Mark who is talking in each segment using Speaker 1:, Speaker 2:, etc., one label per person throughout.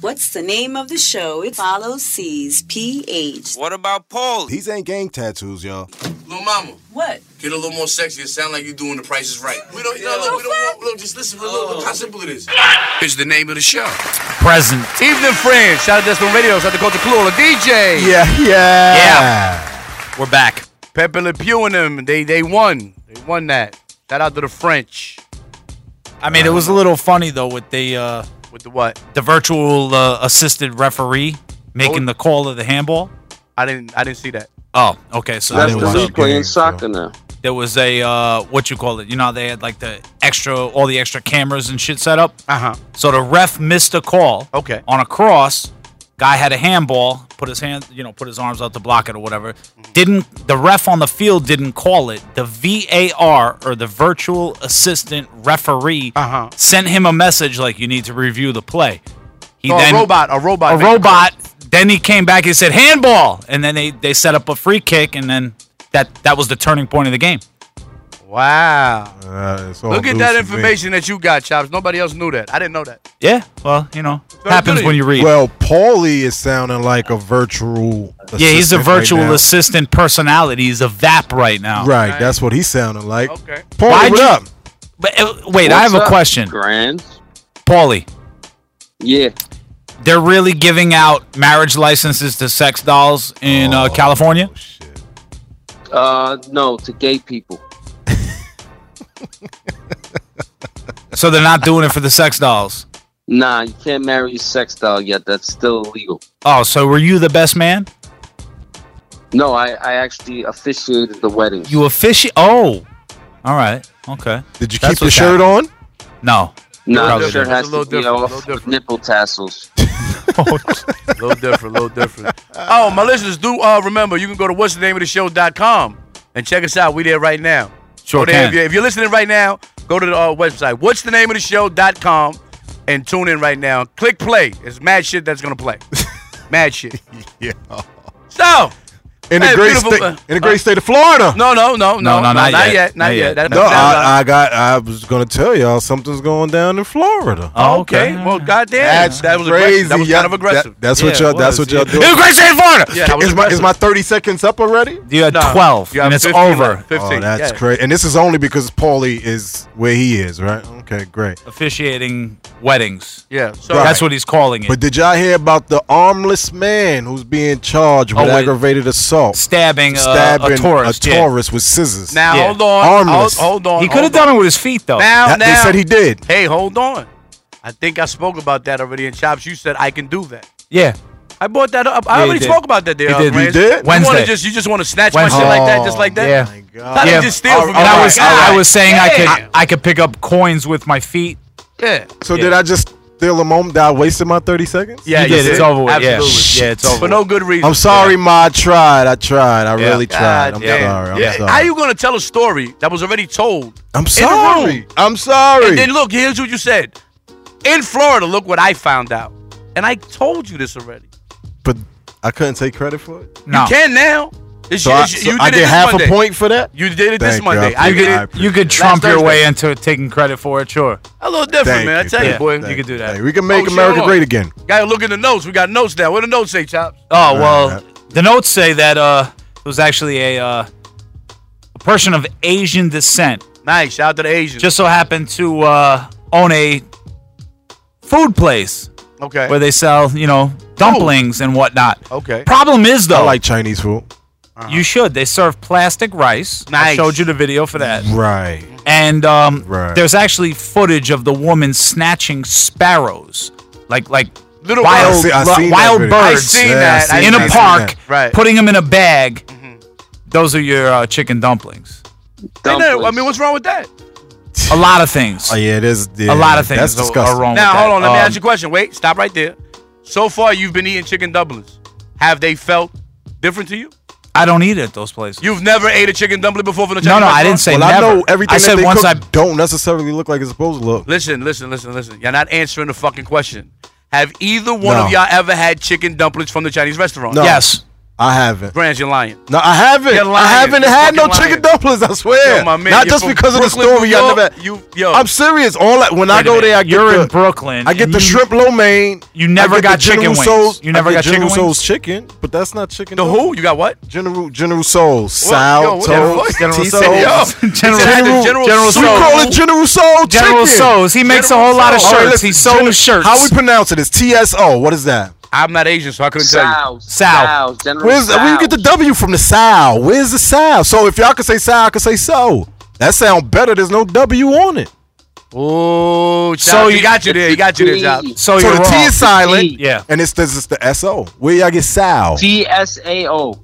Speaker 1: What's the name of the show? It follows C's PH.
Speaker 2: What about Paul?
Speaker 3: These ain't gang tattoos, y'all.
Speaker 4: Little mama,
Speaker 1: What?
Speaker 4: get a little more sexy. It sound like you doing the prices right. We don't, no, look, we don't want, look, just listen, look, look how simple it is. It's the name of the show.
Speaker 5: Present.
Speaker 6: Evening, friends. Shout out to Desmond Radio. Shout out to Culture Clue, the DJ.
Speaker 5: Yeah, yeah.
Speaker 6: Yeah.
Speaker 5: We're back.
Speaker 6: Pepe Le Pew and them. They, they won. They won that. Shout out to the French.
Speaker 5: I mean, it was a little funny though with the uh,
Speaker 6: With the what?
Speaker 5: the virtual uh, assisted referee making
Speaker 6: Oh.
Speaker 5: the call of the handball.
Speaker 6: I didn't I didn't see that.
Speaker 5: Oh, okay. So
Speaker 3: That's
Speaker 5: there
Speaker 3: the
Speaker 5: was,
Speaker 3: league.
Speaker 5: a,
Speaker 7: He's
Speaker 3: up,
Speaker 7: playing
Speaker 3: yeah,
Speaker 7: soccer now.
Speaker 5: there was a uh, what you call it? You know, how they had like the extra, all the extra cameras and shit set up.
Speaker 6: Uh-huh.
Speaker 5: So the ref missed a call.
Speaker 6: Okay.
Speaker 5: On a cross, guy had a handball, put his hand, you know, put his arms out to block it or whatever. Didn't the ref on the field didn't call it. The VAR or the virtual assistant referee
Speaker 6: Uh-huh.
Speaker 5: sent him a message like you need to review the play. He
Speaker 6: So a robot, a robot.
Speaker 5: a
Speaker 6: made the
Speaker 5: robot. Then he came back and said handball, and then they, they set up a free kick, and then that that was the turning point of the game.
Speaker 6: call. Wow.
Speaker 3: Uh, it's all
Speaker 6: Look at
Speaker 3: news to
Speaker 6: that
Speaker 3: me.
Speaker 6: information that you got, Chops. Nobody else knew that. I didn't know that.
Speaker 5: Yeah, Eh, well, you know,
Speaker 6: Very
Speaker 5: happens
Speaker 6: good.
Speaker 5: when you read.
Speaker 3: Well, Paulie is sounding like a virtual.
Speaker 5: yeah, he's a
Speaker 3: assistant right
Speaker 5: virtual
Speaker 3: now.
Speaker 5: assistant personality. He's a VAP right now.
Speaker 3: Right, that's what he's sounding like.
Speaker 6: Okay.
Speaker 3: Paulie,
Speaker 5: Why'd
Speaker 3: what
Speaker 5: you-
Speaker 3: up?
Speaker 5: But uh, wait, I
Speaker 7: What's
Speaker 5: have a
Speaker 7: up,
Speaker 5: question,
Speaker 7: Grand.
Speaker 5: Paulie.
Speaker 7: Yeah.
Speaker 5: They're really giving out marriage licenses to sex dolls in uh, California.
Speaker 3: Oh, shit.
Speaker 7: Uh, no, to gay people.
Speaker 5: So they're not doing it for the sex dolls.
Speaker 7: Nah, you can't marry a sex doll yet. That's still illegal.
Speaker 5: Oh, so were you the best man?
Speaker 7: No, I, I actually officiated the wedding.
Speaker 5: You official? Oh, all right, okay.
Speaker 3: Did you
Speaker 5: That's
Speaker 3: keep the
Speaker 5: what's
Speaker 3: shirt on?
Speaker 5: No,
Speaker 7: no,
Speaker 5: Probably
Speaker 7: the shirt
Speaker 5: different.
Speaker 7: has
Speaker 6: It's a little
Speaker 7: to be
Speaker 6: different, a
Speaker 7: off
Speaker 6: little
Speaker 7: with
Speaker 6: different.
Speaker 7: nipple tassels.
Speaker 6: A little different, a little different.
Speaker 3: Uh.
Speaker 6: Oh, my listeners, do uh, remember you can go to what's the name of the show.com and check us out. We there right now.
Speaker 5: sure
Speaker 6: Go there. If,
Speaker 5: can.
Speaker 6: you're, if you're listening right now, go to the uh, website. What's the name of the show.com and tune in right now. Click play. It's mad shit that's gonna play. mad shit.
Speaker 3: Yeah.
Speaker 6: So
Speaker 3: In the
Speaker 6: Hey,
Speaker 3: great
Speaker 6: beautiful,
Speaker 3: state,
Speaker 6: uh,
Speaker 3: in the great state of Florida.
Speaker 6: no, no, no, no,
Speaker 5: no, not
Speaker 6: not
Speaker 5: yet.
Speaker 6: yet,
Speaker 5: Not
Speaker 6: not
Speaker 5: yet.
Speaker 6: yet. That- uh,
Speaker 3: No,
Speaker 6: that-
Speaker 3: I, I got. I was gonna tell y'all something's going down in Florida.
Speaker 5: Oh,
Speaker 6: okay. Well, goddamn,
Speaker 3: That's
Speaker 6: that was
Speaker 3: crazy.
Speaker 6: aggressive. That was
Speaker 3: y'all.
Speaker 6: kind of aggressive.
Speaker 3: That- that's
Speaker 6: Yeah,
Speaker 3: what y'all.
Speaker 6: it
Speaker 3: That's what
Speaker 6: was.
Speaker 3: y'all
Speaker 6: Yeah.
Speaker 3: doing.
Speaker 5: great state of Florida.
Speaker 6: Yeah, that was
Speaker 3: Is my is
Speaker 6: aggressive.
Speaker 3: my thirty seconds up already?
Speaker 5: You had
Speaker 6: No,
Speaker 5: twelve,
Speaker 6: you have
Speaker 5: and it's
Speaker 6: 15 left.
Speaker 5: over.
Speaker 6: 15,
Speaker 3: Oh, that's
Speaker 6: yeah.
Speaker 3: great. And this is only because Paulie is where he is, right? Okay, great.
Speaker 5: Officiating weddings.
Speaker 6: Yeah. So
Speaker 3: Right.
Speaker 5: That's what he's calling it.
Speaker 3: But did y'all hear about the armless man who's being charged with
Speaker 5: Oh, wait.
Speaker 3: aggravated assault,
Speaker 5: stabbing, uh,
Speaker 3: stabbing
Speaker 5: a tourist. yeah.
Speaker 3: with scissors?
Speaker 6: now
Speaker 5: Yeah.
Speaker 6: hold on. Hold,
Speaker 3: Armless.
Speaker 6: hold on.
Speaker 5: He could have
Speaker 6: hold on.
Speaker 5: done it with his feet though.
Speaker 6: now.
Speaker 3: That-
Speaker 6: now.
Speaker 3: they said he did.
Speaker 6: Hey, hold on. I think I spoke about that already in Chops. You said I can do that.
Speaker 5: yeah.
Speaker 6: I brought that up. I
Speaker 5: Yeah, you
Speaker 6: already
Speaker 5: did.
Speaker 6: spoke about that there.
Speaker 5: You did.
Speaker 6: Reyes.
Speaker 3: You did?
Speaker 6: You wanna
Speaker 5: Wednesday.
Speaker 6: just you just want to snatch my shit
Speaker 5: Wednesday.
Speaker 6: like that, just like that.
Speaker 5: Yeah.
Speaker 3: Oh my
Speaker 6: How
Speaker 3: God.
Speaker 6: did
Speaker 5: Yeah. Oh,
Speaker 6: you just steal from me?
Speaker 5: And I
Speaker 6: Like,
Speaker 5: was
Speaker 6: God
Speaker 5: I was saying I
Speaker 6: damn.
Speaker 5: could I could pick up coins with my feet.
Speaker 6: Yeah.
Speaker 3: So did I just steal a moment? Did I wasted my thirty seconds?
Speaker 6: Yeah,
Speaker 5: You did. It's over with. Yeah.
Speaker 6: Absolutely.
Speaker 5: Yeah, it's over
Speaker 6: For
Speaker 5: with.
Speaker 6: no good reason.
Speaker 3: I'm sorry, Ma. I tried. I tried. I
Speaker 5: Yeah.
Speaker 3: really tried.
Speaker 6: God
Speaker 3: I'm
Speaker 6: damn.
Speaker 3: sorry. I'm
Speaker 6: Yeah.
Speaker 3: sorry.
Speaker 6: How you gonna tell a story that was already told?
Speaker 3: I'm
Speaker 6: the room.
Speaker 3: sorry. I'm sorry.
Speaker 6: And then look, here's what you said. In Florida, look what I found out. And I told you this already.
Speaker 3: but I couldn't take credit for it.
Speaker 5: No.
Speaker 6: You can now. It's,
Speaker 3: So,
Speaker 6: you,
Speaker 3: I,
Speaker 6: it's-
Speaker 3: so
Speaker 6: you did
Speaker 3: I
Speaker 6: it
Speaker 3: get
Speaker 6: this
Speaker 3: half
Speaker 6: Monday.
Speaker 3: a point for that.
Speaker 6: You did it this
Speaker 3: Thank
Speaker 6: Monday.
Speaker 3: you. I
Speaker 6: I
Speaker 3: appreciate
Speaker 6: did
Speaker 3: it.
Speaker 6: it
Speaker 5: You could
Speaker 6: Last
Speaker 5: trump your
Speaker 6: Thursday.
Speaker 5: way into taking credit for it, sure.
Speaker 6: a little different,
Speaker 3: Thank
Speaker 6: man. I
Speaker 3: you.
Speaker 6: tell you,
Speaker 3: Thank
Speaker 6: boy.
Speaker 5: you.
Speaker 6: You
Speaker 3: Thank
Speaker 5: could do that.
Speaker 3: Hey, we can
Speaker 6: Oh,
Speaker 3: make
Speaker 6: shit,
Speaker 3: America
Speaker 6: hold on.
Speaker 3: great again.
Speaker 6: gotta look in the notes. We got notes there. What do the notes say, Chops?
Speaker 5: Oh well,
Speaker 3: Right.
Speaker 5: the notes say that uh, it was actually a uh, a person of Asian descent
Speaker 6: Nice. Shout out to the Asians.
Speaker 5: just so happened to uh, own a food place
Speaker 6: okay. Oh,
Speaker 5: where they sell you know dumplings and whatnot.
Speaker 6: okay. Uh-huh.
Speaker 5: Problem is
Speaker 3: Oh. I
Speaker 5: though,
Speaker 3: like Chinese food.
Speaker 5: you should they serve plastic rice. I
Speaker 6: Nice.
Speaker 5: showed you the video for that.
Speaker 3: Right.
Speaker 5: and um,
Speaker 3: Right.
Speaker 5: there's actually footage of the woman snatching sparrows, like like
Speaker 6: Little
Speaker 5: wild
Speaker 3: birds. I see- I
Speaker 5: lo-
Speaker 3: seen that
Speaker 5: wild
Speaker 3: video.
Speaker 6: I
Speaker 5: birds
Speaker 6: seen
Speaker 3: Yeah, I
Speaker 6: that.
Speaker 3: seen
Speaker 6: I
Speaker 5: in
Speaker 3: that,
Speaker 5: a
Speaker 3: I seen
Speaker 5: park,
Speaker 3: that.
Speaker 6: Right. Mm-hmm.
Speaker 5: putting them in a bag. Those are your uh, chicken dumplings.
Speaker 6: I, know.
Speaker 7: Dumplings.
Speaker 6: I mean, what's wrong with that?
Speaker 5: A lot of things.
Speaker 3: Oh yeah, it is.
Speaker 5: a
Speaker 3: yeah,
Speaker 5: lot of things
Speaker 3: That's
Speaker 5: are-
Speaker 3: disgusting.
Speaker 5: are wrong.
Speaker 6: Now,
Speaker 5: with
Speaker 6: hold
Speaker 5: that.
Speaker 6: on. Let me
Speaker 5: Um,
Speaker 6: ask you a question. Wait, stop right there. So far, you've been eating chicken dumplings. Have they felt different to you?
Speaker 5: I don't eat at those places.
Speaker 6: You've never ate a chicken dumpling before from the
Speaker 5: no,
Speaker 6: Chinese
Speaker 5: no, I
Speaker 6: restaurant?
Speaker 5: didn't say
Speaker 3: Well,
Speaker 5: never.
Speaker 3: I know everything
Speaker 5: I said
Speaker 3: that they
Speaker 5: once
Speaker 3: cook
Speaker 5: I.
Speaker 3: don't necessarily look like it's supposed to look.
Speaker 6: Listen, listen, listen, listen. You're not answering the fucking question. Have either one
Speaker 3: No.
Speaker 6: of y'all ever had chicken dumplings from the Chinese restaurant?
Speaker 3: No.
Speaker 5: Yes.
Speaker 3: I haven't.
Speaker 6: Branch, you're lying.
Speaker 3: No, I haven't.
Speaker 6: You're lying.
Speaker 3: I haven't
Speaker 6: You're
Speaker 3: had no
Speaker 6: fucking
Speaker 3: chicken
Speaker 6: lying.
Speaker 3: dumplings. I swear.
Speaker 6: Yo, my man,
Speaker 3: Not
Speaker 6: you're
Speaker 3: just
Speaker 6: from
Speaker 3: because of the
Speaker 6: Brooklyn,
Speaker 3: story.
Speaker 6: New
Speaker 3: I
Speaker 6: York?
Speaker 3: never.
Speaker 6: You, yo,
Speaker 3: I'm serious. All I, when I
Speaker 5: Wait a
Speaker 3: go
Speaker 5: minute.
Speaker 3: there, I get
Speaker 5: You're
Speaker 3: the,
Speaker 5: in Brooklyn.
Speaker 3: I get
Speaker 5: and
Speaker 3: the
Speaker 5: you-
Speaker 3: shrimp lo mein.
Speaker 5: you
Speaker 3: I get
Speaker 5: never
Speaker 3: the
Speaker 5: got chicken
Speaker 3: General
Speaker 5: wings.
Speaker 3: Tso's-
Speaker 5: You never
Speaker 3: I get
Speaker 5: got chicken
Speaker 3: General
Speaker 5: wings?
Speaker 3: Soul's chicken, but that's not chicken.
Speaker 6: the
Speaker 3: dumplings.
Speaker 6: who? You got what?
Speaker 3: General General Soul's
Speaker 6: What? Yo,
Speaker 3: Sal
Speaker 6: what the
Speaker 3: Toes.
Speaker 6: fuck? General
Speaker 3: T-
Speaker 6: Tso's.
Speaker 3: Soul's.
Speaker 5: General-
Speaker 6: He said the General
Speaker 5: General
Speaker 3: We
Speaker 5: Soul.
Speaker 3: call it General Soul
Speaker 5: General
Speaker 3: chicken.
Speaker 5: So's. He makes a
Speaker 6: General
Speaker 5: whole lot of
Speaker 6: Tso's.
Speaker 3: All right,
Speaker 5: shirts.
Speaker 3: listen,
Speaker 5: He sold
Speaker 3: General-
Speaker 5: shirts.
Speaker 3: How we pronounce it? It's T S O. What is that?
Speaker 6: I'm not Asian, so I couldn't tell
Speaker 7: Sal.
Speaker 6: you.
Speaker 5: Sal.
Speaker 7: Sal. General
Speaker 3: Where's
Speaker 7: Sal.
Speaker 3: where you get the W from the Sal? Where's the Sal? So if y'all could say Sal, I could say so. That sound better. There's no W on it.
Speaker 6: Oh,
Speaker 5: So
Speaker 6: so
Speaker 5: you-
Speaker 6: you got you there. You got you there, job.
Speaker 5: so
Speaker 3: so
Speaker 5: you're
Speaker 3: the
Speaker 5: wrong.
Speaker 3: T is silent.
Speaker 7: T.
Speaker 5: Yeah.
Speaker 3: And it's this is the S O. Where y'all get Sal?
Speaker 7: T S A O.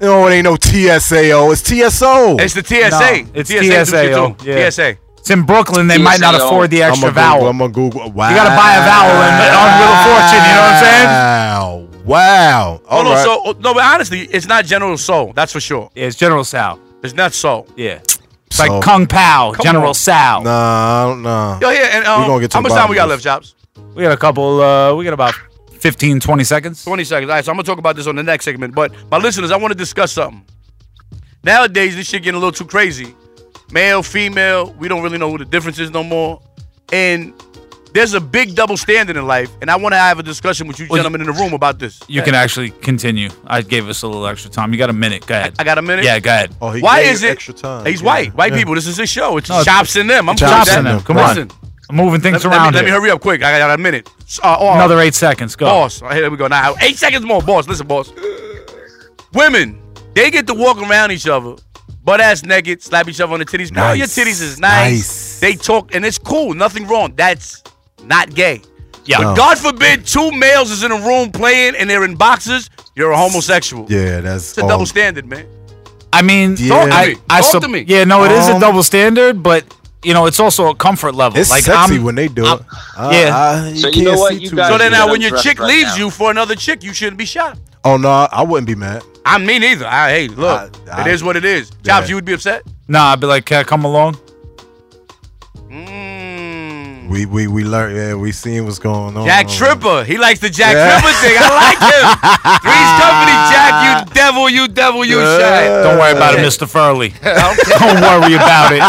Speaker 3: No, it ain't no T S A O. It's T S O.
Speaker 6: It's the TSA.
Speaker 5: No, it's
Speaker 6: is what you
Speaker 5: TSA,
Speaker 6: do.
Speaker 5: yo. Yeah.
Speaker 6: TSA.
Speaker 5: It's in Brooklyn. They might not
Speaker 7: TSAO.
Speaker 5: afford the
Speaker 3: I'm
Speaker 5: extra
Speaker 3: gonna
Speaker 5: vowel.
Speaker 3: Google, I'm gonna Google. Wow.
Speaker 5: You gotta buy a vowel in- on Wheel of Fortune, you know what I'm
Speaker 3: saying? Wow. Wow. Ah. All
Speaker 6: Hold on,
Speaker 3: right.
Speaker 6: so oh, no, but honestly, it's not General Soul. That's for sure.
Speaker 5: Yeah, it's General Sal.
Speaker 6: It's not Soul.
Speaker 5: Yeah. It's
Speaker 3: Ah, So-
Speaker 5: like Kung Pao,
Speaker 6: Come
Speaker 5: General
Speaker 6: on.
Speaker 5: Sal.
Speaker 3: Nah, I don't know.
Speaker 6: Yo, yeah, and um,
Speaker 3: We gonna get to
Speaker 6: how
Speaker 3: the
Speaker 6: much
Speaker 3: bottom
Speaker 6: time we got
Speaker 3: of
Speaker 6: left,
Speaker 3: this.
Speaker 6: Jobs?
Speaker 5: We got a couple, uh, we got about 15, 20 seconds.
Speaker 6: 20 seconds. All right, so I'm gonna talk about this on the next segment. But my listeners, I want to discuss something. Nowadays, this shit getting a little too crazy. Male, female, we don't really know who the difference is no more. And there's a big double standard in life, and I want to have a discussion with you
Speaker 5: Well,
Speaker 6: gentlemen in the room about this.
Speaker 5: You can actually continue. I gave us a little extra time. You got a minute. Go ahead.
Speaker 6: I got a minute.
Speaker 5: Yeah, go ahead.
Speaker 3: Oh, he
Speaker 6: Why
Speaker 3: gave
Speaker 6: is it?
Speaker 3: extra time?
Speaker 6: He's
Speaker 3: Yeah.
Speaker 6: white. White
Speaker 3: Yeah.
Speaker 6: people. This is his show. It's
Speaker 5: No, it's-
Speaker 6: chops in them. I'm
Speaker 3: Chops
Speaker 5: Chops
Speaker 6: chops
Speaker 5: in them. Come
Speaker 6: Listen,
Speaker 5: on. I'm moving things
Speaker 6: Let, let
Speaker 5: around
Speaker 6: me, let me
Speaker 5: here.
Speaker 6: hurry up quick. I got, I got a minute. Uh, oh,
Speaker 5: Another eight seconds. Go.
Speaker 6: boss. All right, here we go. Now eight seconds more, boss. Listen, boss. Women, they get to walk around each other, butt ass naked, slap each other on the titties. Girl, your
Speaker 3: Nice.
Speaker 6: titties is nice.
Speaker 3: Nice.
Speaker 6: They talk and it's cool. Nothing wrong. That's not gay.
Speaker 5: Yeah.
Speaker 6: But
Speaker 3: No.
Speaker 6: God forbid two males is in a room playing and they're in boxes. You're a homosexual.
Speaker 3: Yeah, that's
Speaker 6: It's a double standard, man.
Speaker 5: I mean,
Speaker 3: Yeah. Talk to
Speaker 5: I,
Speaker 6: me.
Speaker 5: I
Speaker 6: Talk
Speaker 5: sup-
Speaker 6: to me.
Speaker 5: Yeah, no, it is a
Speaker 3: Um,
Speaker 5: double standard, but you know, it's also a comfort level.
Speaker 3: It's
Speaker 5: like
Speaker 3: sexy
Speaker 5: I'm,
Speaker 3: when they do it. I-
Speaker 5: yeah.
Speaker 3: I- you
Speaker 7: So you
Speaker 3: can't
Speaker 7: know what?
Speaker 3: see
Speaker 7: You
Speaker 3: too
Speaker 7: guys-
Speaker 6: So
Speaker 3: much.
Speaker 6: then now when your
Speaker 7: That's
Speaker 6: chick
Speaker 7: right
Speaker 6: leaves
Speaker 7: now.
Speaker 6: you for another chick, you shouldn't be shocked.
Speaker 3: Oh no, I wouldn't be mad.
Speaker 6: I mean either. I hey, look,
Speaker 3: I- I-
Speaker 6: it is what it is. Chops,
Speaker 3: Yeah.
Speaker 6: you would be upset?
Speaker 5: nah, I'd be like, can I come along?
Speaker 6: Mm.
Speaker 3: We we we learned. Yeah, we seen what's going on.
Speaker 6: Jack Tripper. He likes the Jack
Speaker 3: Oh. Yeah.
Speaker 6: Tripper thing. I like him. Three's company, Jack. You devil, you devil, you
Speaker 3: Yeah.
Speaker 6: shine.
Speaker 5: Don't worry about it,
Speaker 6: Uh,
Speaker 5: Mr. Furley.
Speaker 6: Okay. All
Speaker 5: Don't worry about it.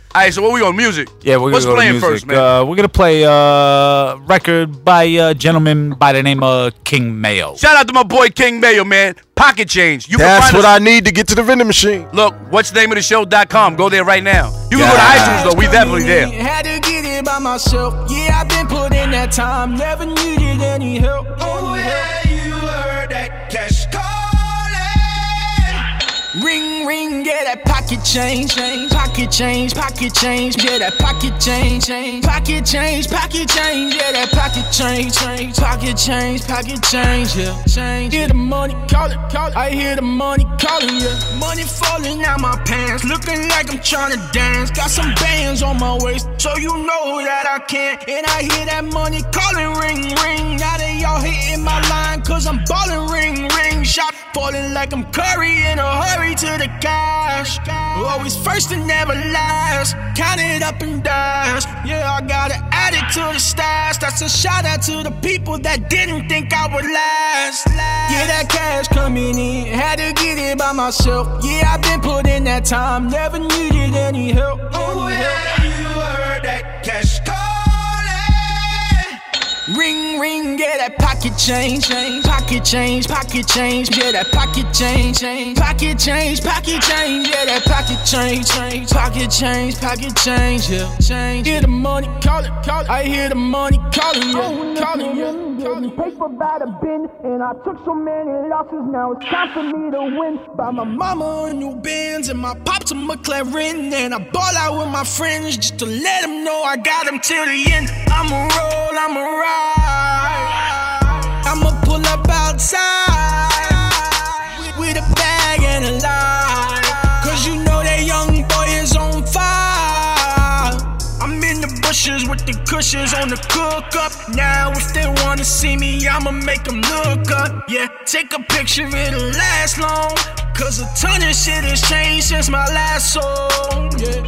Speaker 6: right, so what we on music?
Speaker 5: Yeah, we're gonna
Speaker 6: What's
Speaker 5: go to
Speaker 6: playing
Speaker 5: music.
Speaker 6: first, man?
Speaker 5: Uh, we're gonna play uh, record by a gentleman by the name of King Mayo.
Speaker 6: Shout out to my boy King Mayo, man. Pocket change. You
Speaker 3: That's
Speaker 6: can find
Speaker 3: what
Speaker 6: us.
Speaker 3: I need to get to the vending machine.
Speaker 6: Look, what's the name of the show.com. Go there right now. You can
Speaker 3: Yeah.
Speaker 6: go to iTunes, though. We definitely there.
Speaker 2: Had to get it by myself. Yeah, I've been putting that time. Never needed any help. Oh, yeah, you heard that cash calling. Ring, ring, yeah, that pocket change, change, pocket change, pocket change, yeah, that pocket change, change, pocket change, pocket change, yeah, that pocket change, change, pocket change, pocket change, yeah, change. Hear the money calling, calling, I hear the money calling, yeah. Money falling out my pants, looking like I'm trying to dance. Got some bands on my waist, so you know that I can. And I hear that money calling, ring, ring. Now they all hitting my line, cause I'm balling, ring, ring. Shot falling like I'm Curry in a hurry to the cash. Always first and never last, count it up and dash. Yeah, I gotta add it to the stash. That's a shout out to the people that didn't think I would last. Yeah, that cash coming in, had to get it by myself. Yeah, I've been putting that time, never needed any help. Oh, yeah, you heard that cash calling. Ring, ring, yeah, that pocket change, change, pocket change, pocket change, yeah, that pocket change, change, pocket change, pocket change, yeah, that pocket change, change, pocket change, pocket change, yeah, change. Hear the money calling, calling, I hear the money calling, yeah, calling, yeah, calling. Paper by the bin, and I took so many losses, now it's time for me to win. Buy my mama a new Benz, and my pops a McLaren, and I ball out with my friends just to let them know I got them till the end. I'ma roll, I'ma ride. I'ma pull up outside with- with a bag and a light. Cause you know that young boy is on fire. I'm in the bushes with the cushions on the cook up. Now, if they wanna see me, I'ma make them look up. Yeah, take a picture, it'll last long. Cause a ton of shit has changed since my last song. Yeah.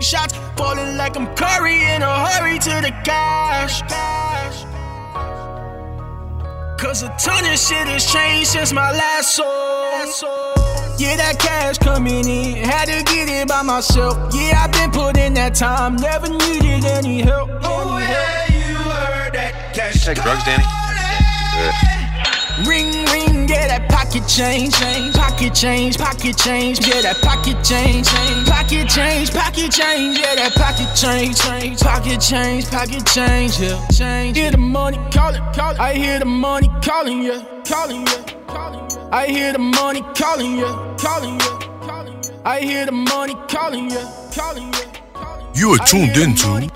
Speaker 2: Shots falling like I'm Curry in a hurry to the cash. Cause a ton of shit has changed since my last song. Yeah, that cash coming in, had to get it by myself. Yeah, I've been putting that time, never needed any help. Oh, yeah, you heard that cash.
Speaker 8: Take drugs, Danny.
Speaker 2: Ring, ring, yeah, that pocket change, change, pocket change, pocket change, yeah, that pocket change, change, pocket change, pocket change, yeah, that pocket change, change, pocket change, pocket change, yeah, change. Hear the money calling, calling, I hear the money calling, yeah, calling, yeah, calling, yeah. I hear the money calling, yeah, calling, yeah, calling, yeah. I hear the money calling, yeah, calling, yeah.
Speaker 4: You are tuned into.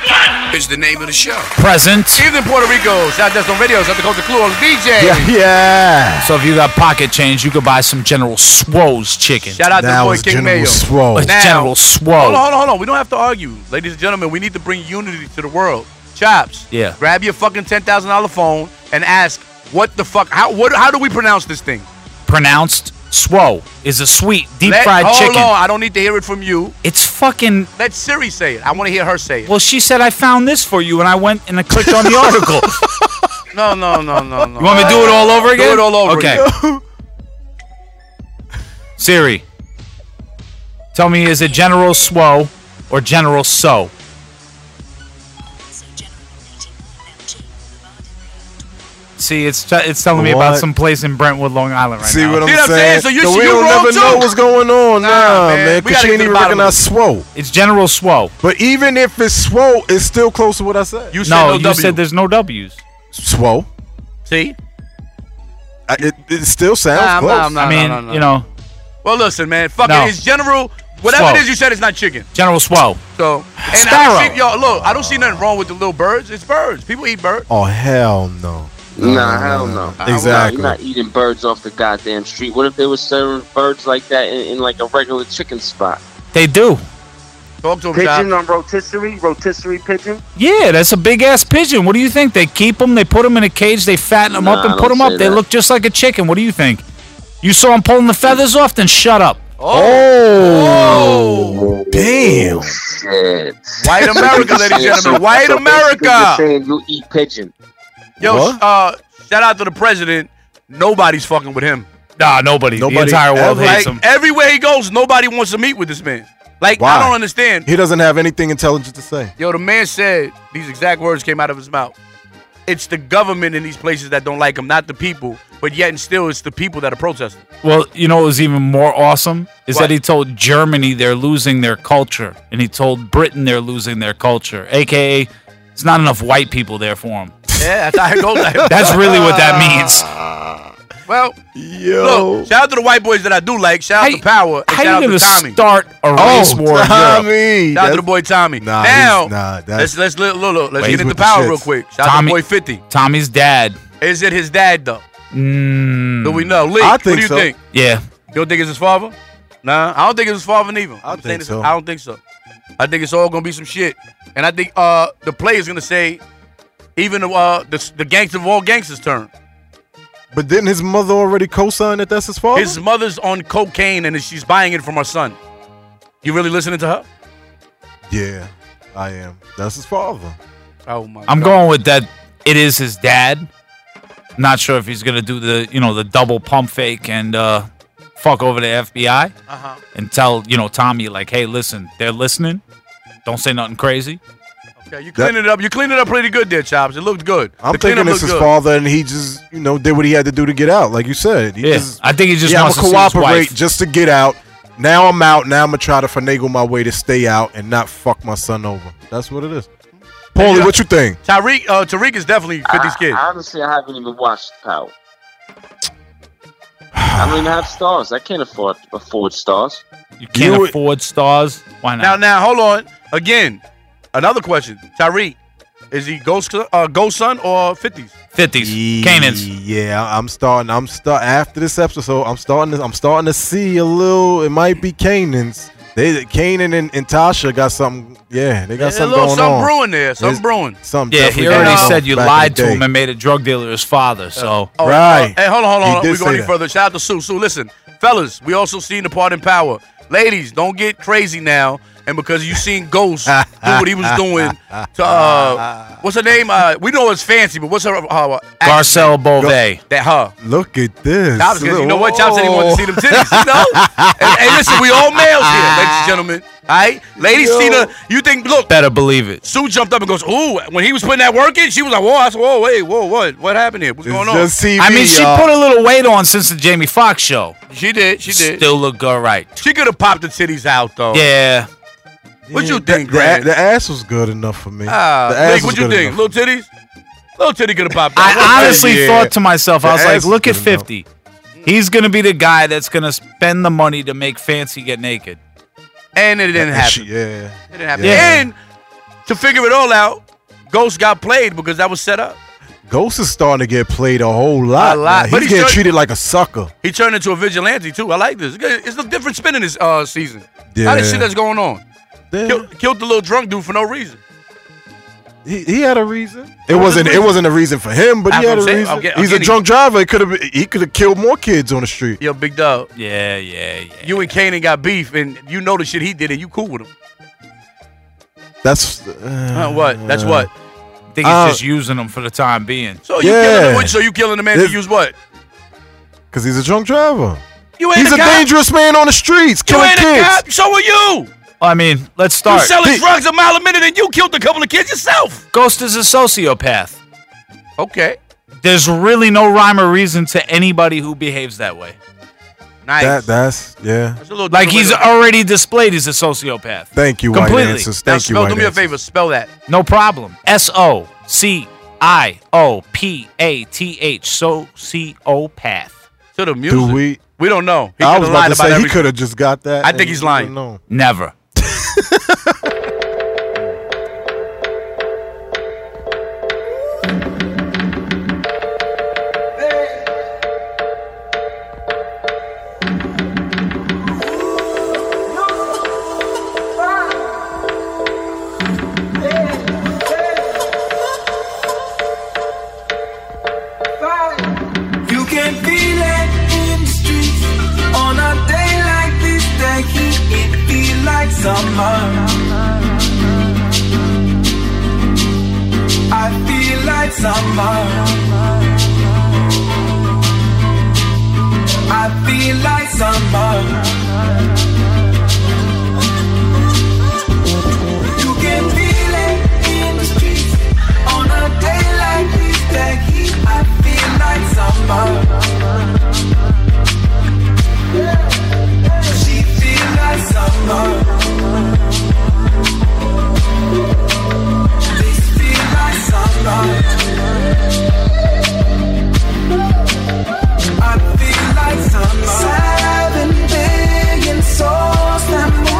Speaker 4: It's the name of the show.
Speaker 5: Present.
Speaker 6: Evening, Puerto Rico. South Destin Radio. South Dakota Clue on the DJ.
Speaker 3: Yeah, yeah.
Speaker 5: So if you got pocket change, you could buy some General Swo's chicken.
Speaker 6: Shout out to
Speaker 3: That
Speaker 6: the boy
Speaker 3: was
Speaker 6: King
Speaker 3: General
Speaker 6: Mayo.
Speaker 3: Swole.
Speaker 5: It's
Speaker 6: Now-
Speaker 5: General
Speaker 6: Hold on,
Speaker 5: Swo.
Speaker 6: hold on, hold on. We don't have to argue. Ladies and gentlemen, we need to bring unity to the world. Chops.
Speaker 5: Yeah.
Speaker 6: Grab your fucking $10,000 phone and ask, what the fuck? How, what, how do we pronounce this thing?
Speaker 5: Pronounced Swo is a sweet deep
Speaker 6: Let-
Speaker 5: fried
Speaker 6: hold
Speaker 5: chicken.
Speaker 6: on. I don't need to hear it from you.
Speaker 5: It's fucking.
Speaker 6: Let Siri say it. I want to hear her say it.
Speaker 5: Well, she said I found this for you, and I went and I clicked on the article.
Speaker 6: No, no, no, no, no.
Speaker 5: You want me to do it all over again?
Speaker 6: it all over
Speaker 5: Okay. Siri, tell me, is it General Swo or General So? See, it's t- it's telling me about
Speaker 3: What?
Speaker 5: some place in Brentwood, Long Island, right
Speaker 3: See
Speaker 5: now.
Speaker 3: what I'm
Speaker 6: See what I'm
Speaker 3: saying?
Speaker 6: saying? So you-
Speaker 3: So
Speaker 6: so
Speaker 3: we
Speaker 6: you
Speaker 3: don't
Speaker 6: wrong
Speaker 3: never
Speaker 6: too.
Speaker 3: know what's going on, nah,
Speaker 6: Nah, man.
Speaker 3: man.
Speaker 6: We
Speaker 3: Cause
Speaker 6: gotta
Speaker 3: she ain't
Speaker 6: get to
Speaker 3: even
Speaker 6: the bottom
Speaker 3: recognize swole.
Speaker 5: it's General Swo.
Speaker 3: But even if it's swole, it's still close to what I said.
Speaker 6: You said
Speaker 5: No,
Speaker 6: no,
Speaker 5: you
Speaker 6: W.
Speaker 5: said there's no W's.
Speaker 3: swole.
Speaker 6: See?
Speaker 3: I, it, it still sounds
Speaker 6: Nah, I'm
Speaker 3: close.
Speaker 6: not- I'm
Speaker 5: I
Speaker 6: not- No,
Speaker 5: mean,
Speaker 6: no, no, no.
Speaker 5: you know,
Speaker 6: Well, listen, man. Fuck
Speaker 5: No.
Speaker 6: it. It's general. Whatever
Speaker 5: Swole.
Speaker 6: it is you said, it's not chicken.
Speaker 5: General Swo.
Speaker 6: So, and I
Speaker 5: Sparrow.
Speaker 6: don't see, yo, look, I don't see nothing wrong with the little birds. It's birds. People eat birds.
Speaker 3: Oh hell no.
Speaker 7: Nah, hell no.
Speaker 3: Exactly.
Speaker 7: You're not eating birds off the goddamn street. What if they were serving birds like that in, in like a regular chicken spot?
Speaker 5: They do.
Speaker 6: Talk to them,
Speaker 7: Pigeon
Speaker 6: Chop.
Speaker 7: on rotisserie, rotisserie pigeon.
Speaker 5: Yeah, that's a big ass pigeon. What do you think? They keep them, they put them in a cage, they fatten them up
Speaker 7: Nah,
Speaker 5: and put
Speaker 7: don't
Speaker 5: them up.
Speaker 7: say
Speaker 5: They
Speaker 7: that.
Speaker 5: look just like a chicken. What do you think? You saw them pulling the feathers off, then shut up.
Speaker 6: Oh.
Speaker 3: Damn.
Speaker 7: Shit.
Speaker 6: White America, ladies and gentlemen. White
Speaker 7: So basically You're
Speaker 6: America.
Speaker 7: saying you eat pigeon.
Speaker 6: Yo,
Speaker 3: What?
Speaker 6: uh, shout out to the president. Nobody's fucking with him.
Speaker 5: Nah, nobody. the
Speaker 3: Nobody
Speaker 5: entire world
Speaker 3: ever-
Speaker 5: hates them.
Speaker 6: Like everywhere he goes, nobody wants to meet with this man. Like
Speaker 3: Why?
Speaker 6: I don't understand.
Speaker 3: He doesn't have anything intelligent to say.
Speaker 6: Yo, the man said these exact words came out of his mouth. It's the government in these places that don't like him, not the people. But yet and still, it's the people that are protesting.
Speaker 5: Well, you know what was even more awesome? Is
Speaker 6: What?
Speaker 5: that he told Germany they're losing their culture, and he told Britain they're losing their culture. AKA, it's not enough white people there for him.
Speaker 6: Yeah, that's how it goes.
Speaker 5: That's really what that means.
Speaker 6: well.
Speaker 3: Yo.
Speaker 6: Look, shout out to the white boys that I do like. Shout out
Speaker 5: How
Speaker 6: to
Speaker 5: you-
Speaker 6: Power. And
Speaker 5: How
Speaker 6: shout out
Speaker 5: you
Speaker 6: to
Speaker 5: gonna
Speaker 6: Tommy.
Speaker 5: start a race war? in Europe?
Speaker 3: Oh, Tommy.
Speaker 6: Shout out to the
Speaker 3: That's-
Speaker 6: boy Tommy.
Speaker 3: Nah,
Speaker 6: now,
Speaker 3: he's- nah, that's-
Speaker 6: let's let's look, look, look, let's
Speaker 5: Wait,
Speaker 6: get
Speaker 3: he's
Speaker 6: into
Speaker 3: with the
Speaker 6: power
Speaker 3: shits.
Speaker 6: real quick. Shout
Speaker 5: Tommy-
Speaker 6: out to boy Fifty.
Speaker 5: Tommy's dad.
Speaker 6: Is it his dad though?
Speaker 5: Mm,
Speaker 6: Do we know? Lee,
Speaker 3: I
Speaker 6: what
Speaker 3: think
Speaker 6: do you
Speaker 3: so.
Speaker 6: think?
Speaker 5: yeah.
Speaker 6: You don't think it's his father? Nah, I don't think it's his father neither.
Speaker 3: I
Speaker 6: I'm
Speaker 3: think
Speaker 6: saying this-
Speaker 3: so.
Speaker 6: I don't think so. I think it's all gonna be some shit, and I think uh the play is gonna say even uh the the gangster of all gangsters turn.
Speaker 3: But didn't his mother already co-sign that that's his father?
Speaker 6: His mother's on cocaine and she's buying it from her son. You really listening to her?
Speaker 3: yeah, I am. That's his father.
Speaker 6: Oh my!
Speaker 5: I'm
Speaker 6: God.
Speaker 5: going with that. It is his dad. Not sure if he's gonna do the you know the double pump fake and uh, fuck over the FBI
Speaker 6: Uh-huh.
Speaker 5: and tell you know Tommy like, hey, listen, they're listening. Don't say nothing crazy.
Speaker 6: Okay, you cleaning it up. You cleaned it up pretty good there, Chops. It looked good.
Speaker 3: I'm
Speaker 6: the
Speaker 3: thinking
Speaker 6: cleanup
Speaker 3: it's his
Speaker 6: looked good.
Speaker 3: father, and he just you know did what he had to do to get out, like you said. He
Speaker 5: Yeah,
Speaker 3: just-
Speaker 5: I think he just
Speaker 3: yeah, I'm
Speaker 5: wants
Speaker 3: gonna
Speaker 5: to see his
Speaker 3: cooperate
Speaker 5: wife.
Speaker 3: just to get out. Now I'm out. Now I'm gonna try to finagle my way to stay out and not fuck my son over. That's what it is. Paulie, what you think?
Speaker 6: Tyreek, uh, Tariq is definitely 50's kid.
Speaker 7: I, honestly, I haven't even watched Power. I don't even have stars. I can't afford afford stars.
Speaker 5: you can't
Speaker 3: You-
Speaker 5: afford stars. Why
Speaker 6: Now,
Speaker 5: not?
Speaker 6: now, hold on. Again, another question. Tyreek, is he Ghost uh, Ghost son or 50's?
Speaker 5: Fifties, Canaan's.
Speaker 3: Yeah, I'm starting. I'm start after this episode. I'm starting. To, I'm starting to see a little. It might be Canaan's. They Canaan and, and Tasha got something. Yeah, they got
Speaker 6: There's a
Speaker 3: something
Speaker 6: little
Speaker 3: going
Speaker 6: something
Speaker 3: on.
Speaker 6: brewing there. Something
Speaker 3: It's-
Speaker 6: brewing.
Speaker 3: Something.
Speaker 5: Yeah,
Speaker 3: definitely
Speaker 5: he already
Speaker 3: going on
Speaker 5: said you
Speaker 3: back in
Speaker 5: lied
Speaker 3: the
Speaker 5: to
Speaker 3: day.
Speaker 5: him and made a drug dealer his father. So
Speaker 6: Oh,
Speaker 3: Right.
Speaker 6: oh, hey, hold on, hold on.
Speaker 3: He
Speaker 6: hold on.
Speaker 3: did
Speaker 6: We go
Speaker 3: say
Speaker 6: any
Speaker 3: that.
Speaker 6: further. Shout out to Sue. Sue, listen, fellas, we also seen the part in power. Ladies, don't get crazy now. and because you seen Ghost do what he was doing to uh, what's her name? Uh, we know it's fancy, but what's her? Uh, act-
Speaker 5: Garcelle Beauvais.
Speaker 6: that her.
Speaker 3: Look at this.
Speaker 6: Top because you know what? Top said he wanted to see them titties. You know? and, hey, listen, we all males here, ladies and gentlemen. All right? Ladies see the. You think, look,
Speaker 5: Better believe it.
Speaker 6: Sue jumped up and goes, ooh, when he was putting that work in, she was like, whoa, I said, whoa, wait, whoa, what? What happened here? What's
Speaker 3: It's
Speaker 6: going on?
Speaker 3: just TV,
Speaker 5: Oh, I mean, she
Speaker 3: y'all.
Speaker 5: put a little weight on since the Jamie Foxx show.
Speaker 6: she did, she did.
Speaker 5: Still look good, right?
Speaker 6: She could have popped the titties out, though.
Speaker 5: Yeah.
Speaker 6: What you
Speaker 3: The-
Speaker 6: think,
Speaker 3: the, a-
Speaker 6: Grant?
Speaker 3: the ass was good enough for me.
Speaker 6: Ah,
Speaker 3: the ass
Speaker 6: Nick,
Speaker 3: was
Speaker 6: what you
Speaker 3: good
Speaker 6: think?
Speaker 3: enough.
Speaker 6: Little titties? Little titty could have popped out.
Speaker 5: I honestly
Speaker 3: Yeah.
Speaker 5: thought to myself, I was
Speaker 3: The
Speaker 5: like,
Speaker 3: ass
Speaker 5: look at
Speaker 3: is good enough.
Speaker 5: 50. He's going to be the guy that's going to spend the money to make Fancy get naked.
Speaker 6: and it didn't
Speaker 3: And
Speaker 6: happen.
Speaker 3: she- yeah.
Speaker 6: It didn't happen.
Speaker 3: Yeah.
Speaker 6: And to figure it all out, Ghost got played because that was set up.
Speaker 3: Ghost is starting to get played a whole lot.
Speaker 6: A lot,
Speaker 3: now.
Speaker 6: but
Speaker 3: He's
Speaker 6: he
Speaker 3: getting
Speaker 6: should-
Speaker 3: treated like a sucker.
Speaker 6: He turned into a vigilante too. I like this. It's a different spin in this uh, season. Yeah. All
Speaker 3: Yeah.
Speaker 6: this shit that's going on.
Speaker 3: Yeah.
Speaker 6: Kill, killed the little drunk dude for no reason.
Speaker 3: He, he had a reason. It
Speaker 6: was
Speaker 3: wasn't.
Speaker 6: his
Speaker 3: It
Speaker 6: reason?
Speaker 3: wasn't a reason for him, but
Speaker 6: That's
Speaker 3: he had
Speaker 6: what
Speaker 3: a
Speaker 6: I'm saying.
Speaker 3: reason.
Speaker 6: I'm get- I'm
Speaker 3: He's a
Speaker 6: getting-
Speaker 3: drunk driver. It could have. He could have killed more kids on the street.
Speaker 6: Yo, big dog.
Speaker 5: Yeah, yeah, yeah.
Speaker 6: You and Kanan got beef, and you know the shit he did, and you cool with him.
Speaker 3: That's
Speaker 6: Huh,
Speaker 3: uh,
Speaker 6: what? That's what.
Speaker 5: I think he's
Speaker 3: Uh,
Speaker 5: just using them for the time being.
Speaker 6: So you
Speaker 3: yeah.
Speaker 6: killing the witch, so you killing the man who
Speaker 3: This-
Speaker 6: used what?
Speaker 3: Because he's a drunk driver.
Speaker 6: You ain't
Speaker 3: He's a
Speaker 6: cop.
Speaker 3: dangerous man on the streets,
Speaker 6: You
Speaker 3: killing
Speaker 6: ain't a
Speaker 3: kids.
Speaker 6: cop. So are you.
Speaker 5: I mean, let's
Speaker 6: You
Speaker 5: start.
Speaker 6: selling
Speaker 3: Th-
Speaker 6: drugs a mile a minute, and you killed a couple of kids yourself.
Speaker 5: Ghost is a sociopath.
Speaker 6: Okay.
Speaker 5: There's really no rhyme or reason to anybody who behaves that way.
Speaker 6: Nice.
Speaker 3: That, that's yeah.
Speaker 6: that's a little
Speaker 5: Like
Speaker 6: different
Speaker 5: he's
Speaker 6: way to-
Speaker 5: already displayed he's a sociopath.
Speaker 3: Thank you,
Speaker 5: Completely.
Speaker 3: White Answers.
Speaker 6: Now,
Speaker 3: Thank you,
Speaker 6: spell,
Speaker 3: White
Speaker 6: do me a
Speaker 3: Answers.
Speaker 6: favor. Spell that.
Speaker 5: No problem. S O C I O P A T H. Sociopath.
Speaker 6: To the music.
Speaker 3: Do we?
Speaker 6: We don't know. He
Speaker 3: I
Speaker 6: could've
Speaker 3: was
Speaker 6: lied
Speaker 3: about to say he
Speaker 6: everything.
Speaker 3: could have just got that.
Speaker 6: I
Speaker 3: and
Speaker 6: think he's
Speaker 3: we would've
Speaker 6: lying.
Speaker 3: known.
Speaker 5: Never.
Speaker 9: You can feel it in the streets on a day like this. The heat it feel like summer. I feel like summer. I feel like summer. You can feel it in the streets on a day like this. The heat I feel like summer. She feel like summer. This feel like summer. I feel like summer. Seven billion souls.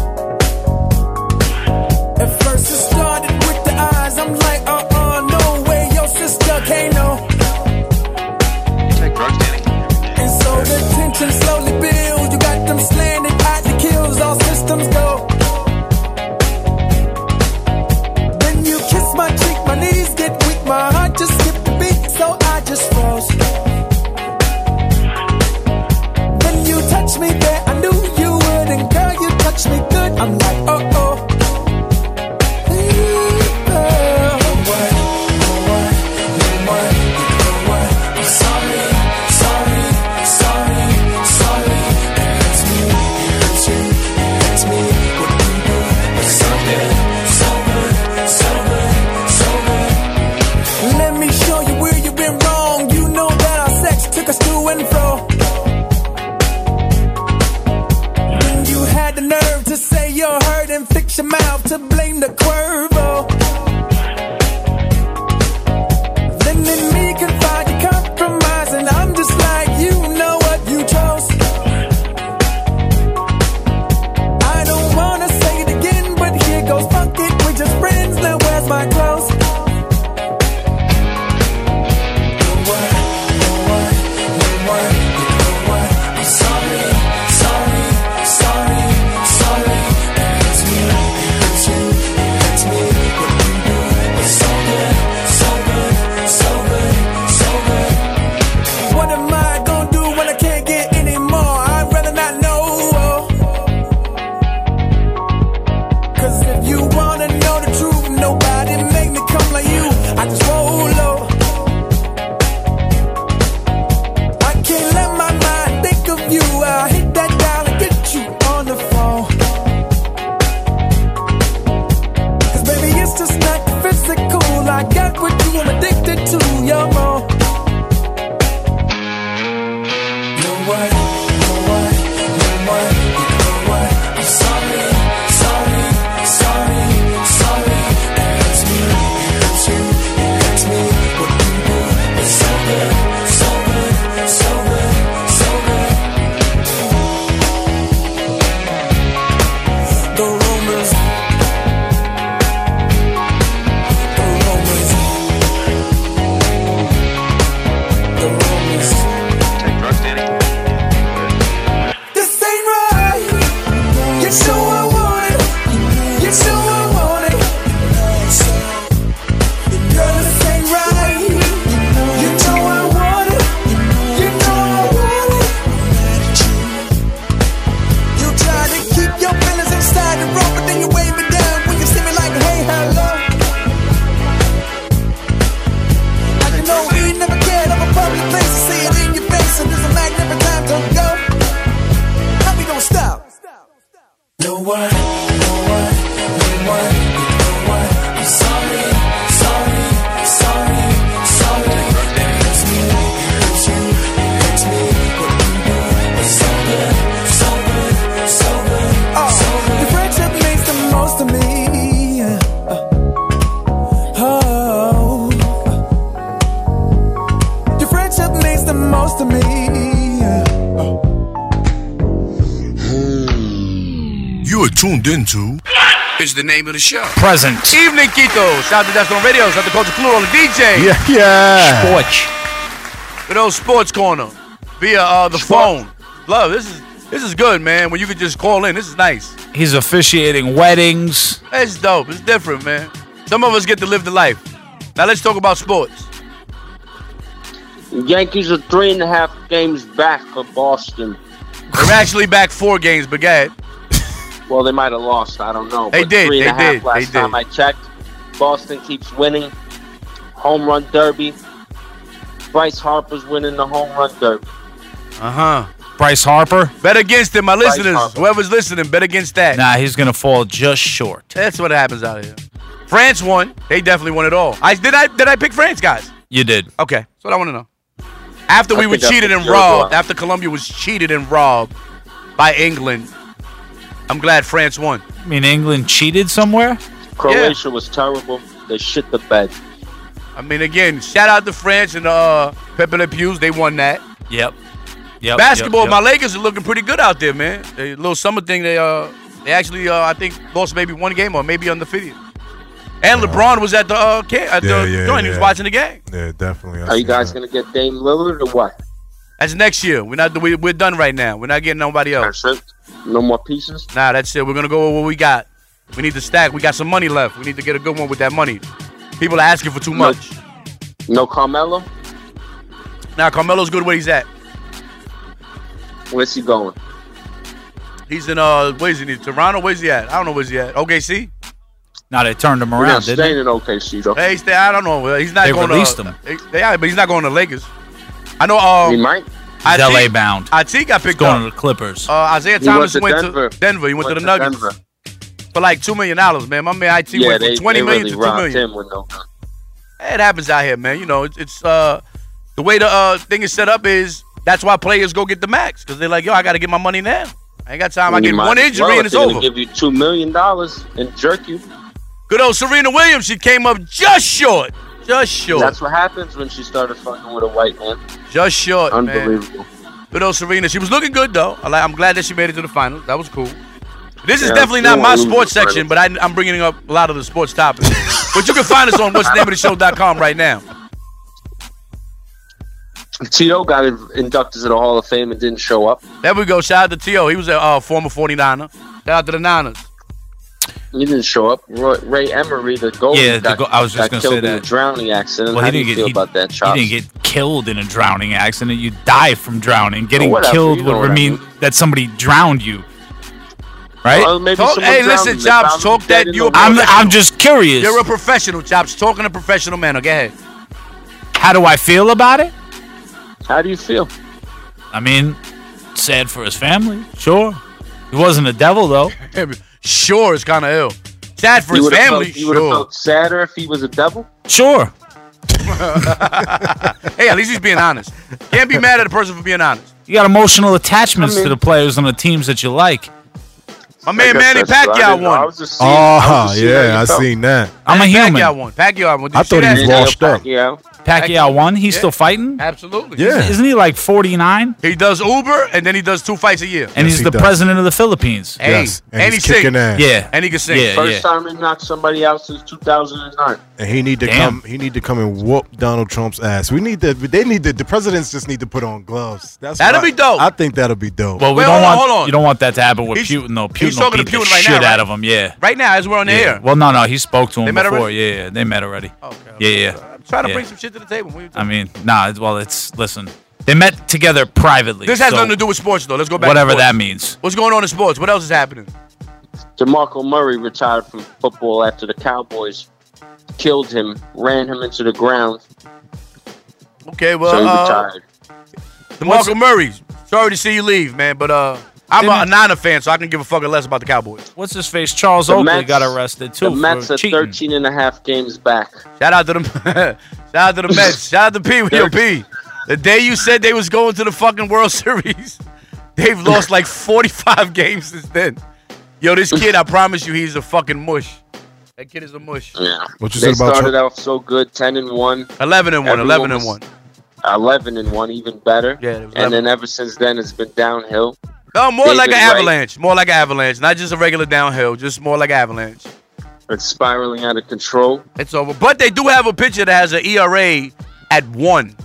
Speaker 10: uh-uh,
Speaker 9: Ah, shut your mouth to blame the Cuervo. Then in me confide your compromise, and I'm just like, you know what you chose. I don't wanna say it again, but here goes fuck it, we're just friends. Now where's my clothes? No one, no one, no one, no one. I'm sorry, sorry, sorry, sorry. It hurts me, it hurts you, it hurts me. What you do was so good, so good, so good, so good. What am I gonna do when I can't get any more? I'd rather not know. Cause if you wanna know the truth, nobody make me come like you. I just roll low. I can't let my mind think of you. I hit that dial and get you on the phone. Cause baby, it's just not physical. I got what you, I'm addicted to. You're wrong. No one, no one, no one, no one. I'm sorry, sorry, sorry, sorry. It hurts me, it hurts you, it hurts me. What you do was so good, so good, so good, so good. The rumors, the rumors, the rumors. This ain't right. You sure I want it. You sure I want it. Girl, this ain't right. You know I want it. You know I want it. You try to keep your feelings inside the rope, but then you wave it down when you see me like, hey, hello. I can know we never cared of a public place to see it in your face, and there's a magnet every time to go. How we gonna stop? No one, no one, no one, no one. I'm sorry, sorry, sorry, sorry. It hurts me, it hurts you, it hurts me. What you do was so good, so good, so good, oh, so good. Your friendship means the most to me. Oh, your friendship means the most to me.
Speaker 11: You are tuned into. Is the name of the show.
Speaker 5: Present.
Speaker 6: Evening, Quito. Shout out to That's on Radio. Shout out to Culture Clue on the DJ.
Speaker 3: Yeah,
Speaker 12: é. Ah.
Speaker 3: yeah.
Speaker 5: Porch.
Speaker 6: Good old Sports Corner via uh, the phone. Love, this is this is good, man. When you can just call in, this is nice.
Speaker 5: He's officiating weddings.
Speaker 6: It's dope. It's different, man. Some of us get to live the life. Now let's talk about sports.
Speaker 7: Yankees are three and a half games back of Boston.
Speaker 6: They're actually back four games, but go ahead.
Speaker 7: Well, they might have lost. I don't know.
Speaker 6: They
Speaker 7: but
Speaker 6: did,
Speaker 7: Three and a
Speaker 6: they
Speaker 7: half
Speaker 6: did,
Speaker 7: last
Speaker 6: they did.
Speaker 7: time I checked. Boston keeps winning. Home run derby. Bryce Harper's winning the home run derby.
Speaker 6: Uh huh.
Speaker 5: Bryce Harper.
Speaker 6: Bet against it, my listeners.
Speaker 7: Harper.
Speaker 6: Whoever's listening, bet against that.
Speaker 5: Nah, he's gonna fall just short.
Speaker 6: That's what happens out here. France won. They definitely won it all. I did I did I pick France, guys?
Speaker 5: You did.
Speaker 6: Okay, that's what I want to know. After we
Speaker 7: I
Speaker 6: were
Speaker 7: think I
Speaker 6: cheated
Speaker 7: picked
Speaker 6: and
Speaker 7: Uruguay.
Speaker 6: robbed, after Colombia was cheated and robbed by England, I'm glad France won.
Speaker 5: I mean, England cheated somewhere.
Speaker 7: Croatia was terrible. They shit the bed.
Speaker 6: I mean, again, shout out to France and uh, Pepe Le Pews. They won that.
Speaker 5: Yep. Yep.
Speaker 6: Basketball,
Speaker 5: yep,
Speaker 6: my
Speaker 5: yep.
Speaker 6: Lakers are looking pretty good out there, man. They little summer thing. They uh, they actually uh, I think lost maybe one game or maybe undefeated. And LeBron was at the uh, ca- at the
Speaker 3: Yeah, yeah,
Speaker 6: joint. He was
Speaker 3: yeah.
Speaker 6: watching the game.
Speaker 3: Yeah, definitely. I
Speaker 7: Are you
Speaker 3: see
Speaker 7: guys
Speaker 3: that.
Speaker 7: gonna get Dame Lillard or what?
Speaker 6: That's next year. We're not we, we're done right now. We're not getting nobody else.
Speaker 7: That's it. No more pieces.
Speaker 6: Nah, that's it. We're gonna go with what we got. We need to stack. We got some money left. We need to get a good one with that money. People are asking for too
Speaker 7: No.
Speaker 6: much.
Speaker 7: No Carmelo.
Speaker 6: Now Carmelo's good where he's at.
Speaker 7: Where's he going?
Speaker 6: He's in uh where's he in Toronto? Where's he at? I don't know where's he at. OKC?
Speaker 5: Now they turned him
Speaker 7: We're
Speaker 5: around,
Speaker 7: not
Speaker 5: didn't they?
Speaker 7: staying in OKC though.
Speaker 6: Hey, stay, I don't know. He's not
Speaker 5: They
Speaker 6: going
Speaker 5: released
Speaker 6: to uh,
Speaker 5: him.
Speaker 6: Yeah, but he's not going to Lakers. I know um
Speaker 7: He might.
Speaker 5: He's
Speaker 6: Atik-
Speaker 5: LA bound.
Speaker 6: Atik I picked
Speaker 5: Going
Speaker 6: up.
Speaker 5: to the Clippers.
Speaker 6: Uh, Isaiah
Speaker 7: He went
Speaker 6: Thomas
Speaker 7: to
Speaker 6: went to Denver.
Speaker 7: Denver.
Speaker 6: He went, to the Nuggets
Speaker 7: Denver.
Speaker 6: for like two million dollars, man. My man IT
Speaker 7: Yeah,
Speaker 6: went
Speaker 7: they,
Speaker 6: from twenty
Speaker 7: they
Speaker 6: million
Speaker 7: really
Speaker 6: to two
Speaker 7: robbed
Speaker 6: million.
Speaker 7: him with no.
Speaker 6: It happens out here, man. You know, it's, it's uh the way the uh, thing is set up is that's why players go get the max because they're like, yo, I got to get my money now. I I ain't got time. I
Speaker 7: You
Speaker 6: get
Speaker 7: might
Speaker 6: one
Speaker 7: as
Speaker 6: injury
Speaker 7: well,
Speaker 6: and
Speaker 7: if
Speaker 6: it's
Speaker 7: they're gonna
Speaker 6: over.
Speaker 7: Give you two million dollars and jerk you.
Speaker 6: Good old Serena Williams. She came up just short. Just short.
Speaker 7: That's what happens when she started fucking with a white man.
Speaker 6: just short. Man.
Speaker 7: Unbelievable.
Speaker 6: Good old Serena. She was looking good though. I li- I'm glad that she made it to the finals. That was cool. This is
Speaker 7: Yeah,
Speaker 6: definitely
Speaker 7: she
Speaker 6: not
Speaker 7: won't
Speaker 6: my
Speaker 7: lose the
Speaker 6: sports section,
Speaker 7: finals.
Speaker 6: but I, I'm bringing up a lot of the sports topics. but you can find us on what's the name of the show.com right now.
Speaker 7: Tito got in- inducted to the Hall of Fame and didn't show up.
Speaker 6: There we go. Shout out to T.O. He was a uh, former 49er. Shout out to the Niners.
Speaker 7: He didn't show up. Roy, Ray Emery, the goalie,
Speaker 5: Yeah, the
Speaker 7: got,
Speaker 5: go- I was
Speaker 7: got
Speaker 5: just gonna say
Speaker 7: killed in
Speaker 5: that.
Speaker 7: a drowning accident.
Speaker 5: Well,
Speaker 7: How
Speaker 5: he
Speaker 7: do you
Speaker 5: didn't
Speaker 7: feel
Speaker 5: get he,
Speaker 7: about that,
Speaker 5: he
Speaker 7: Chops?
Speaker 5: didn't get killed in a drowning accident. You die from drowning. Getting
Speaker 7: whatever,
Speaker 5: killed
Speaker 7: you
Speaker 5: would
Speaker 7: know what I
Speaker 5: mean that somebody drowned you, right?
Speaker 7: Well, maybe
Speaker 6: Talk-
Speaker 7: someone
Speaker 6: hey,
Speaker 7: drowned
Speaker 6: listen,
Speaker 7: him. They
Speaker 6: Chops,
Speaker 7: found him
Speaker 6: talk
Speaker 7: dead
Speaker 6: that
Speaker 7: in
Speaker 6: you-
Speaker 7: the water.
Speaker 5: I'm I'm just curious.
Speaker 6: You're a professional, Chops. Talking a professional manner. Go ahead.
Speaker 5: How do I feel about it?
Speaker 7: How do you feel?
Speaker 5: I mean, sad for his family, sure. He wasn't a devil though.
Speaker 6: Sure, it's kind of ill. Sad for
Speaker 7: you
Speaker 6: his
Speaker 7: would've
Speaker 6: family.
Speaker 7: felt- you would have
Speaker 6: sure.
Speaker 7: felt sadder if he was a devil.
Speaker 5: Sure.
Speaker 6: Hey, at least he's being honest. Can't be mad at a person for being honest.
Speaker 5: You got emotional attachments
Speaker 7: I mean-
Speaker 5: to the players on the teams that you like.
Speaker 6: My man
Speaker 7: I guess
Speaker 6: Manny
Speaker 7: that's- I
Speaker 6: Pacquiao
Speaker 7: didn't know. I
Speaker 6: won.
Speaker 7: was just seeing- I
Speaker 3: Oh,
Speaker 7: was just seeing how
Speaker 3: yeah,
Speaker 7: you
Speaker 3: I
Speaker 7: felt.
Speaker 3: seen that.
Speaker 5: I'm a
Speaker 6: Pacquiao
Speaker 5: human.
Speaker 6: won. Pacquiao won. Did
Speaker 3: I
Speaker 6: you see
Speaker 3: thought he
Speaker 6: that?
Speaker 3: was
Speaker 7: Manny
Speaker 3: washed up.
Speaker 7: Pacquiao.
Speaker 5: Pacquiao won. He's
Speaker 6: Yeah.
Speaker 5: still fighting.
Speaker 6: Absolutely.
Speaker 3: Yeah.
Speaker 5: Isn't he like 49?
Speaker 6: He does Uber and then he does two fights a year.
Speaker 5: And
Speaker 3: Yes,
Speaker 5: he's
Speaker 3: he
Speaker 5: the
Speaker 3: does.
Speaker 5: president of the Philippines.
Speaker 6: Hey,
Speaker 3: yes. And,
Speaker 6: and
Speaker 3: he's
Speaker 6: he sing.
Speaker 3: kicking ass.
Speaker 5: Yeah.
Speaker 6: And he can sing.
Speaker 5: Yeah,
Speaker 7: First
Speaker 5: yeah.
Speaker 7: time he knocked somebody out since 2009.
Speaker 3: And he need to
Speaker 5: Damn.
Speaker 3: come. He need to come and whoop Donald Trump's ass. We need to. They need to. The presidents just need to put on gloves. That's
Speaker 6: That'll
Speaker 3: what I-
Speaker 6: be dope.
Speaker 3: I think that'll be dope.
Speaker 5: Well, we
Speaker 6: Wait,
Speaker 5: don't
Speaker 6: hold on,
Speaker 5: want
Speaker 6: hold on.
Speaker 5: you don't want that to happen with
Speaker 6: He's-
Speaker 5: Putin though.
Speaker 6: he's
Speaker 5: Putin will
Speaker 6: talking
Speaker 5: beat
Speaker 6: to
Speaker 5: the
Speaker 6: Putin right now,
Speaker 5: shit
Speaker 6: right?
Speaker 5: out of him. Yeah.
Speaker 6: Right now, as we're on the
Speaker 5: yeah.
Speaker 6: air.
Speaker 5: Well, no, no, he spoke to him
Speaker 6: They met
Speaker 5: before.
Speaker 6: already?
Speaker 5: Yeah, yeah, they met already.
Speaker 6: Okay.
Speaker 5: Yeah, yeah.
Speaker 6: I'm trying to
Speaker 5: Yeah.
Speaker 6: bring some shit to the table. What are you
Speaker 5: I
Speaker 6: talking-
Speaker 5: mean, nah. it's- Well, it's listen. They met together privately.
Speaker 6: This has
Speaker 5: so
Speaker 6: nothing to do with sports, though. Let's go back.
Speaker 5: whatever
Speaker 6: to sports.
Speaker 5: that means.
Speaker 6: What's going on in sports? What else is happening?
Speaker 7: DeMarco Murray retired from football after the Cowboys killed him, ran him into the ground,
Speaker 6: Okay,
Speaker 7: so he
Speaker 6: well,
Speaker 7: retired.
Speaker 6: uh, DeMarco Murray. Sorry to see you leave, man, but uh, I'm a, a Niner fan, so I can give a fucking less about the Cowboys.
Speaker 5: What's his face? Charles
Speaker 7: The
Speaker 5: Oakley
Speaker 7: Mets-
Speaker 5: got arrested too
Speaker 7: The Mets
Speaker 5: for
Speaker 7: are
Speaker 5: cheating.
Speaker 7: 13 and a half games back.
Speaker 6: Shout out to them. shout out to the Mets. Shout out to P. Yo, P. The day you said they was going to the fucking World Series, they've lost like 45 games since then. Yo, this kid, I promise you, he's a fucking mush. That kid is a mush.
Speaker 7: Yeah.
Speaker 3: What you
Speaker 7: they
Speaker 3: said about
Speaker 7: started
Speaker 3: Chuck-
Speaker 7: off so good, 10 and 1,
Speaker 6: 11 and 1,
Speaker 7: Everyone
Speaker 6: 11 and
Speaker 7: was-
Speaker 6: 1.
Speaker 7: 11 and 1, even better.
Speaker 6: Yeah, it was
Speaker 7: and
Speaker 6: 11.
Speaker 7: then ever since then, it's been downhill.
Speaker 6: No, Uh, more
Speaker 7: David
Speaker 6: like an
Speaker 7: Wright.
Speaker 6: avalanche. More like an avalanche. Not just a regular downhill, just more like an avalanche.
Speaker 7: It's spiraling out of control.
Speaker 6: It's over. But they do have a pitcher that has an ERA at one,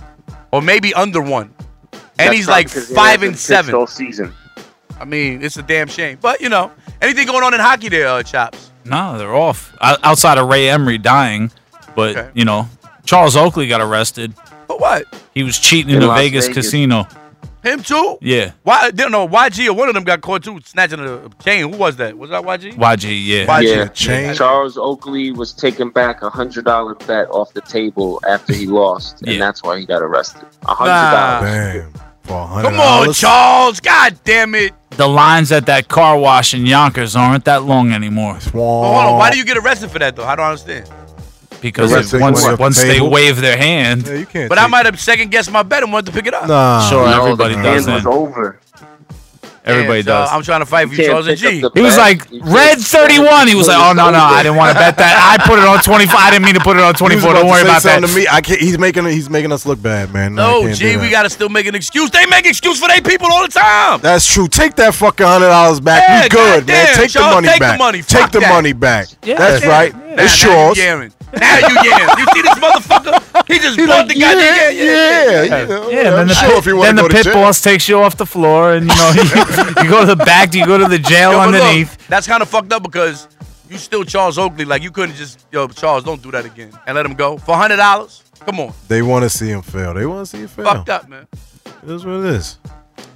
Speaker 6: or maybe under one. And
Speaker 7: That's
Speaker 6: he's
Speaker 7: probably
Speaker 6: like
Speaker 7: because he
Speaker 6: five
Speaker 7: hasn't
Speaker 6: and
Speaker 7: pitched
Speaker 6: seven.
Speaker 7: all season.
Speaker 6: I mean, it's a damn shame. But, you know, anything going on in hockey there, uh, Chops?
Speaker 5: No, they're off. O- outside of Ray Emery dying, but
Speaker 6: Okay.
Speaker 5: you know, Charles Oakley got arrested.
Speaker 6: But what?
Speaker 5: He was cheating
Speaker 7: In
Speaker 5: in, a
Speaker 7: Las
Speaker 5: Vegas,
Speaker 7: Vegas.
Speaker 5: casino.
Speaker 6: Him too?
Speaker 5: Yeah.
Speaker 6: Why? They, no, YG or one of them got caught too, snatching a chain. Who was that? Was that YG?
Speaker 5: YG. Yeah.
Speaker 6: Why-
Speaker 7: Yeah.
Speaker 3: Change.
Speaker 7: Charles Oakley was taking back a hundred dollar bet off the table after he lost,
Speaker 5: Yeah.
Speaker 7: and that's why he got arrested. A hundred
Speaker 6: Nah.
Speaker 7: dollars.
Speaker 3: Damn. For a hundred
Speaker 6: Come on,
Speaker 3: dollars?
Speaker 6: Charles. God damn it.
Speaker 5: The lines at that car wash in Yonkers aren't that long anymore
Speaker 6: But hold on. Why do you get arrested for that, though? I don't understand.
Speaker 5: because
Speaker 3: The rest
Speaker 5: it-
Speaker 3: of
Speaker 5: once
Speaker 3: you want a
Speaker 5: once they
Speaker 3: table?
Speaker 5: wave their hand,
Speaker 3: Yeah, you can't.
Speaker 6: But I
Speaker 3: take-
Speaker 6: might have second guessed my bet and wanted to pick it up.
Speaker 3: Nah.
Speaker 5: Sure.
Speaker 7: No,
Speaker 5: everybody
Speaker 7: the
Speaker 5: does
Speaker 7: hand was
Speaker 5: that.
Speaker 7: over.
Speaker 5: everybody
Speaker 6: And, uh,
Speaker 5: does.
Speaker 6: I'm trying to fight for
Speaker 7: You
Speaker 6: you,
Speaker 7: can't
Speaker 6: Charles and
Speaker 7: pick up
Speaker 6: G.
Speaker 7: the
Speaker 5: He was
Speaker 7: bet.
Speaker 5: like
Speaker 7: You can't
Speaker 5: red
Speaker 7: pick up the
Speaker 5: 31. He was like,
Speaker 7: bet.
Speaker 5: oh no no, I didn't want to bet that. I put it on 25. I didn't mean to put it on
Speaker 3: He was
Speaker 5: 24. Don't
Speaker 3: to say
Speaker 5: worry about that.
Speaker 3: something To me. I can't, he's making he's making us look bad, man. No, I
Speaker 6: No,
Speaker 3: can't
Speaker 6: G,
Speaker 3: do
Speaker 6: we
Speaker 3: that.
Speaker 6: gotta still make an excuse. They make excuse for their people all the time.
Speaker 3: That's true. Take that fucking hundred dollars back.
Speaker 6: Yeah,
Speaker 3: you good, man.
Speaker 6: goddamn,
Speaker 3: Take the
Speaker 6: Charles,
Speaker 3: money
Speaker 6: take the
Speaker 3: back.
Speaker 6: money.
Speaker 3: Take
Speaker 6: Fuck
Speaker 3: the
Speaker 6: that.
Speaker 3: money back.
Speaker 5: Yeah.
Speaker 3: That's
Speaker 5: Yeah.
Speaker 3: right.
Speaker 6: Nah,
Speaker 3: It's
Speaker 6: now
Speaker 3: yours.
Speaker 6: You yammering. Now you yammering. You see this motherfucker? He just
Speaker 3: He
Speaker 6: bought
Speaker 3: like,
Speaker 6: the
Speaker 3: yeah,
Speaker 6: goddamn.
Speaker 3: yeah, yeah,
Speaker 5: Yeah, and then
Speaker 3: I'm
Speaker 5: the,
Speaker 3: sure
Speaker 5: pit,
Speaker 3: if you
Speaker 5: then
Speaker 3: want to
Speaker 5: the
Speaker 3: go to
Speaker 5: pit
Speaker 3: jail.
Speaker 5: boss takes you off the floor, and you know you, you go to the back, you go to the jail
Speaker 6: Yo, but look,
Speaker 5: underneath.
Speaker 6: that's kind of fucked up because you still Charles Oakley. Like you couldn't just yo Charles, don't do that again and let him go for hundred dollars. Come on,
Speaker 3: They want to see him fail. They want to see him fail.
Speaker 6: fucked up, man.
Speaker 3: It is what it is.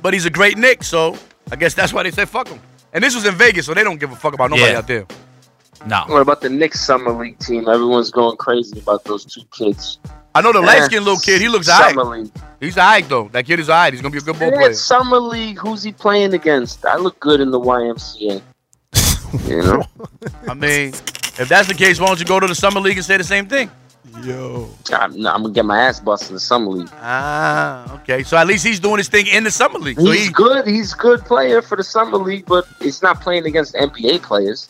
Speaker 6: But he's a great Nick, so I guess that's why they say fuck him. And this was in Vegas, so they don't give a fuck about nobody
Speaker 5: Yeah.
Speaker 6: out there.
Speaker 5: No,
Speaker 7: What about the Knicks summer league team? Everyone's going crazy about those two kids.
Speaker 6: I know the
Speaker 7: Eh,
Speaker 6: light skinned little kid. He looks alright.
Speaker 7: summer league.
Speaker 6: He's alright though. That kid is alright. He's gonna be a good ball
Speaker 7: Yeah,
Speaker 6: player.
Speaker 7: it's summer league. Who's he playing against? I look good in the YMCA. You know,
Speaker 6: I mean, if that's the case, why don't you go to the summer league and say the same thing?
Speaker 3: Yo.
Speaker 7: I'm, nah, I'm gonna get my ass busted in the summer league.
Speaker 6: Ah, okay. So at least he's doing his thing in the summer league. So
Speaker 7: He's
Speaker 6: he,
Speaker 7: good. He's good player for the summer league, but he's not playing against NBA players.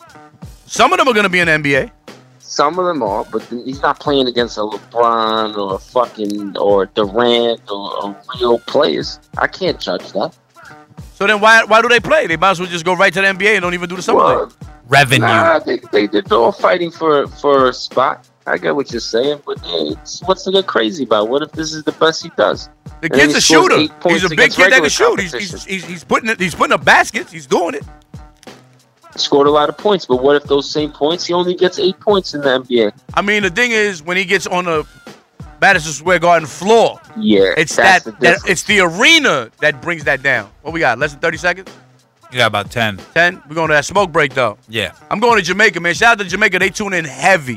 Speaker 6: some of them are gonna be in the NBA.
Speaker 7: Some of them are, but then he's not playing against a LeBron or a fucking or Durant or, or real players. I can't judge that.
Speaker 6: So then why why do they play? They might as well just go right to the NBA and don't even do the summer
Speaker 7: Well,
Speaker 6: league.
Speaker 5: Revenue.
Speaker 7: Nah, they, they, they're all fighting for, for a spot. I get what you're saying, but yeah, it's, what's to get crazy about? What if this is the best he does?
Speaker 6: The
Speaker 7: And
Speaker 6: kid's
Speaker 7: he
Speaker 6: a
Speaker 7: scores
Speaker 6: shooter.
Speaker 7: eight points
Speaker 6: He's a big
Speaker 7: against
Speaker 6: kid that can
Speaker 7: regular
Speaker 6: shoot. He's, he's,
Speaker 7: competition.
Speaker 6: he's, he's putting it, he's putting up baskets. He's doing it.
Speaker 7: Scored a lot of points, but what if those same points he only gets eight points in the NBA?
Speaker 6: I mean, the thing is, when he gets on the Madison Square Garden floor,
Speaker 7: Yeah,
Speaker 6: it's
Speaker 7: that's
Speaker 6: that,
Speaker 7: the
Speaker 6: that
Speaker 7: difference.
Speaker 6: it's the arena that brings that down. What we got? Less than thirty seconds.
Speaker 5: You got about 10.
Speaker 6: Ten. We're going to that smoke break though.
Speaker 5: Yeah.
Speaker 6: I'm going to Jamaica, man. Shout out to Jamaica. They tune in heavy.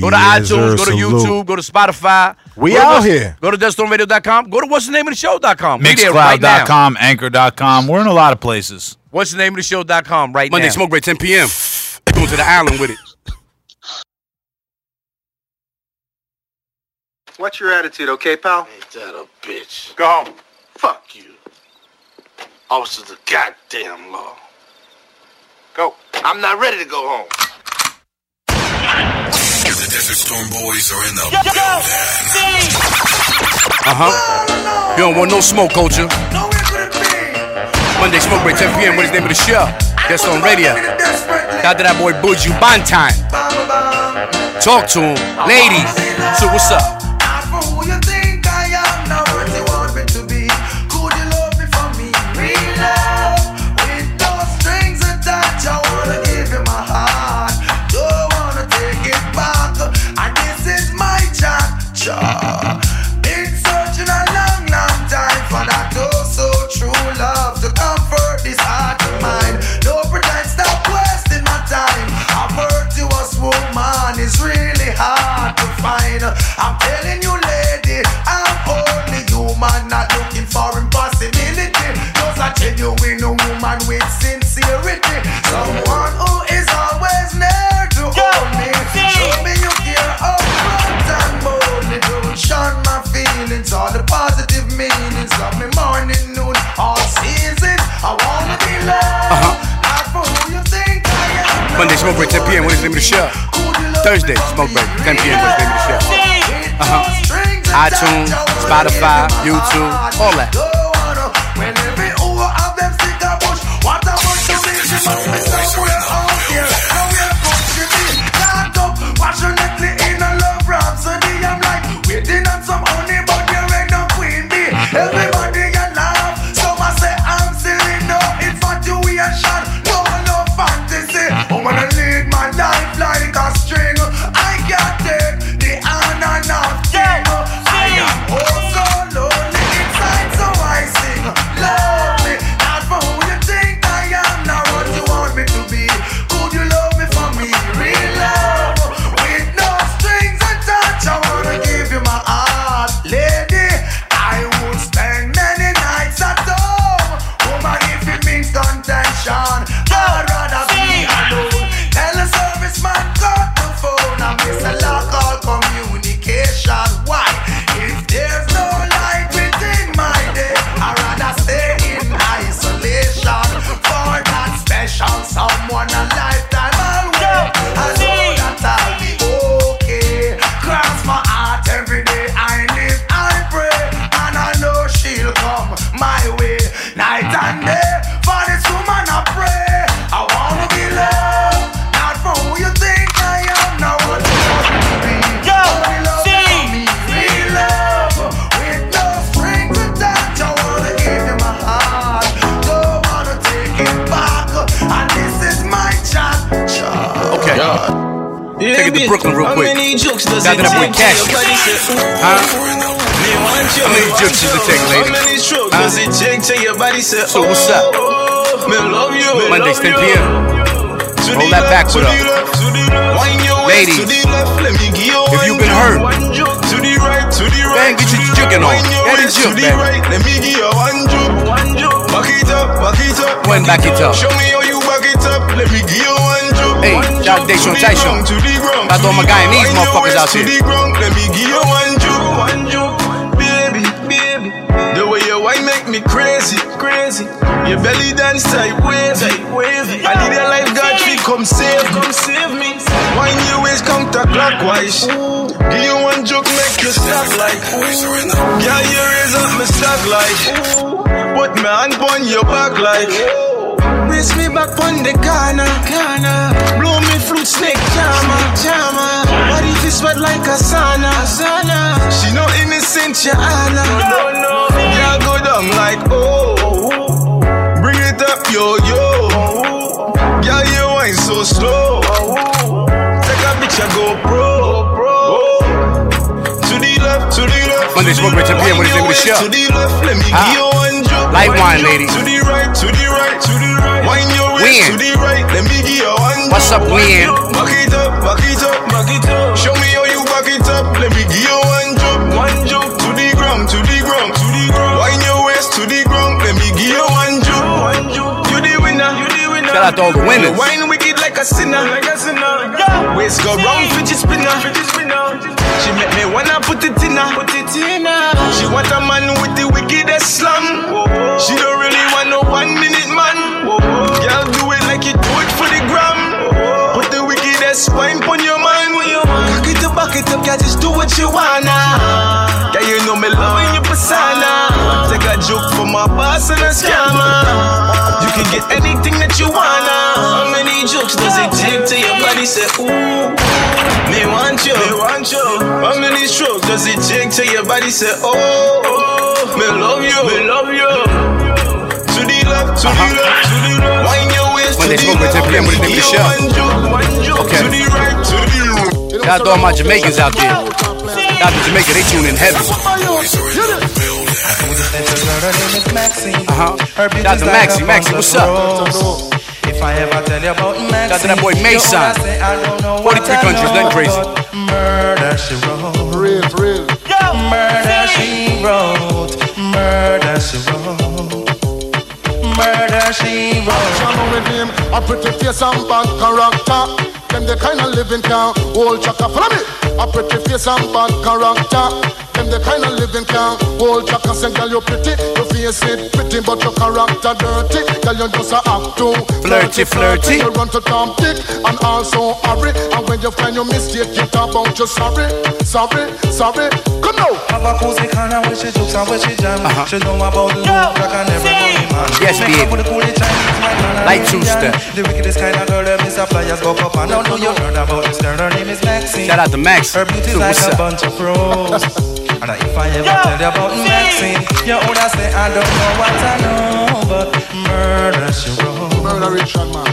Speaker 6: Go to
Speaker 3: Yes,
Speaker 6: iTunes,
Speaker 3: sir.
Speaker 6: go to
Speaker 3: Salute.
Speaker 6: YouTube, go to Spotify.
Speaker 3: We
Speaker 6: go to
Speaker 3: out
Speaker 6: Dust-
Speaker 3: here.
Speaker 6: Go to DeathStormRadio.com. Go to what's the name of the show.com. We there right now.
Speaker 5: Mixcloud.com, anchor.com. We're in a lot of places.
Speaker 6: What's the name of the show.com right
Speaker 4: Monday
Speaker 6: now?
Speaker 4: smoke break, 10 p.m. Going to the island with it.
Speaker 8: What's your attitude, okay, pal?
Speaker 13: Ain't that a bitch?
Speaker 8: Go home.
Speaker 13: Fuck you. Officers of the goddamn law.
Speaker 8: Go.
Speaker 13: I'm not ready to go home.
Speaker 11: The Desert Storm Boys are in the
Speaker 4: Uh-huh. You don't want no smoke, culture. Monday smoke break, 10 p.m. What is the name of the show? That's on radio. Shout out to that boy Buju Bantan. Talk to him. Ladies. So what's up?
Speaker 8: Been searching a long, long time for that oh so true love to comfort this heart of mine. No pretend, stop wasting my time. A virtuous woman is really hard to find. I'm telling you, lady, I'm only human, not looking for impossibility. Just a genuine woman with sincerity. Someone who is always near to hold me. Show me you care upfront and boldly. Don't shun my feelings, all the positive meanings of me morning, noon, all seasons. I wanna be loved. Not for who you think I am.
Speaker 4: Monday, smoke break, 10 p.m. What is the name of the show? Thursday, smoke break, 10 p.m. What is the name of the show?
Speaker 8: Uh-huh.
Speaker 4: iTunes, Spotify, YouTube, all that.
Speaker 8: Everybody a laugh, some a say I'm silly, no infatuation, no no fantasy. I'm gonna lead my life like a string. I can't take the on and off thing. I am oh so lonely inside, so I sing. Love me, not for who you think I am, not what you want me to be. Could you love me for me? Real love with no strings attached. I wanna give you my heart, lady. I would spend many nights at home. Woman, if it means contention, I'd rather be alone. Tell a serviceman, cut the phone. I miss a lock all communication. Why? If there's no light within my day, I'd rather stay in isolation. For that special someone, a lifetime away. I know that I'll be okay. Cross my heart every day. I live, I pray, and I know she'll come my way. Night and day, for this woman I pray. I wanna be loved, not for who you think I am, not what you want me to be. Only love for me, real love, with no strings attached. I wanna give you my heart, don't wanna take it back. And this is my chat.
Speaker 6: Okay. Take it to Brooklyn real quick. Shout out to that boy Cash. Huh? How many jokes does it take, lady? Huh? So what's up? oh, Mondays, 10 p.m. Roll that back with us. Ladies, if you've been hurt, man, get your chicken on. Get it juke, man. One back it up.
Speaker 8: Show me how you back it up. Let me give you one drop.
Speaker 6: Hey, shout out to Deshaun Tyshawn. Shout out to all my Guyanese motherfuckers out
Speaker 14: To
Speaker 6: there.
Speaker 14: the ground, let me give you one joke, one joke, baby, baby. The way you wine make me crazy, crazy. Your belly dance sideways, sideways. I need a lifeguard to come save, come save me. Wine your waist counterclockwise. Give you one joke, make you stop like. Girl, you raise up my stock like. Put my hand on your back like. Raise me back on the corner, corner. Blow me fruit snake charmer, charmer. What if it's wet like a sauna, sauna? She no innocent, your honor. No, no, no. Yeah, go down like oh. Bring it up, yo, yo. Yeah, you ain't so slow. Take a picture, go pro, pro. To the left, to the left.
Speaker 6: Monday's Smoke with Tim P. What is the name of the show?
Speaker 14: To the left, let me give you one joke.
Speaker 6: Light Ah. wine,
Speaker 14: joke.
Speaker 6: lady.
Speaker 14: To the right, to the right, to the right. Wind your waist
Speaker 6: Win.
Speaker 14: to the right, let me give you one joke.
Speaker 6: What's up,
Speaker 14: one
Speaker 6: Win?
Speaker 14: joke. Back it up, back it up, back it up. Show me how you back it up, let me give you one joke. One joke to the ground, to the ground, to the ground. Wind your waist to the ground, let me give you one joke. One joke. You the winner, you the winner.
Speaker 6: Shout out to all the winners.
Speaker 14: Wine wicked like a sinner, like a sinner. Yeah. Waist go round, fidget spinner, fidget spinner. She make me wanna put it in her, put it in her. She want a man with the wickedest slam. She don't really want no one minute man. Girl, do it like you do it for the gram. Put the wickedest wine on your mind. Cock it up, back it up, girl, just do what you wanna. Girl, you know me loving your persona. Take a joke from my boss and a scammer. You can get anything that you wanna. How many jokes does it take till your body say ooh? Me want you, me want you. How many strokes does it take till your body say oh? oh me love you, me love you. Uh-huh. To the left, to the left, to the left. Wind your waist
Speaker 6: When
Speaker 14: to
Speaker 6: they
Speaker 14: the
Speaker 6: smoke with
Speaker 14: left. let
Speaker 6: Tim P, what
Speaker 14: me
Speaker 6: is the
Speaker 14: give you
Speaker 6: name of the show?
Speaker 14: one joke, one joke.
Speaker 6: Okay.
Speaker 14: To the right, to the left.
Speaker 6: Shout out to all my Jamaicans out there. Shout out to Jamaica, they tune in heavy. Uh-huh. Shout out to Maxi. Maxi, what's up?
Speaker 10: If I ever tell you about Maxi,
Speaker 6: Shout out to that boy Mason. 43 countries, nothing crazy.
Speaker 10: Murder she wrote. Real, real. Murder she wrote. Murder she wrote. Murder she wrote.
Speaker 12: Action with him, a pretty face and bad character. Them the kind of living can hold chaka. Follow me. A pretty face and bad character. Them the kind of living can hold chaka. Say, girl, you pretty, you face it pretty, but your character dirty. Girl, you just a act too
Speaker 6: Flirty, flirty.
Speaker 12: You run to Tom Dick and also hurry. And when you find your mistake, you talk about your sorry, sorry, sorry. Come now.
Speaker 10: Have a cozy kind of where she jokes and where she jam. She know about love like I never know man.
Speaker 6: Uh-huh. Yes,
Speaker 10: Make
Speaker 6: babe.
Speaker 10: up with the coolest Chinese man and
Speaker 6: Light
Speaker 10: Indian.
Speaker 6: two-step.
Speaker 10: The wickedest kind of girl that Miss Flyers go up and down. Do you heard about this girl? Her name is Maxine.
Speaker 6: Shout out to Max.
Speaker 10: Her beauty's
Speaker 6: Dude,
Speaker 10: like
Speaker 6: what's
Speaker 10: a
Speaker 6: up?
Speaker 10: bunch of pros. and if I ever tell you about Maxine, you would have say I don't know what I know, but murder she wrote.
Speaker 12: Murder Richard, man.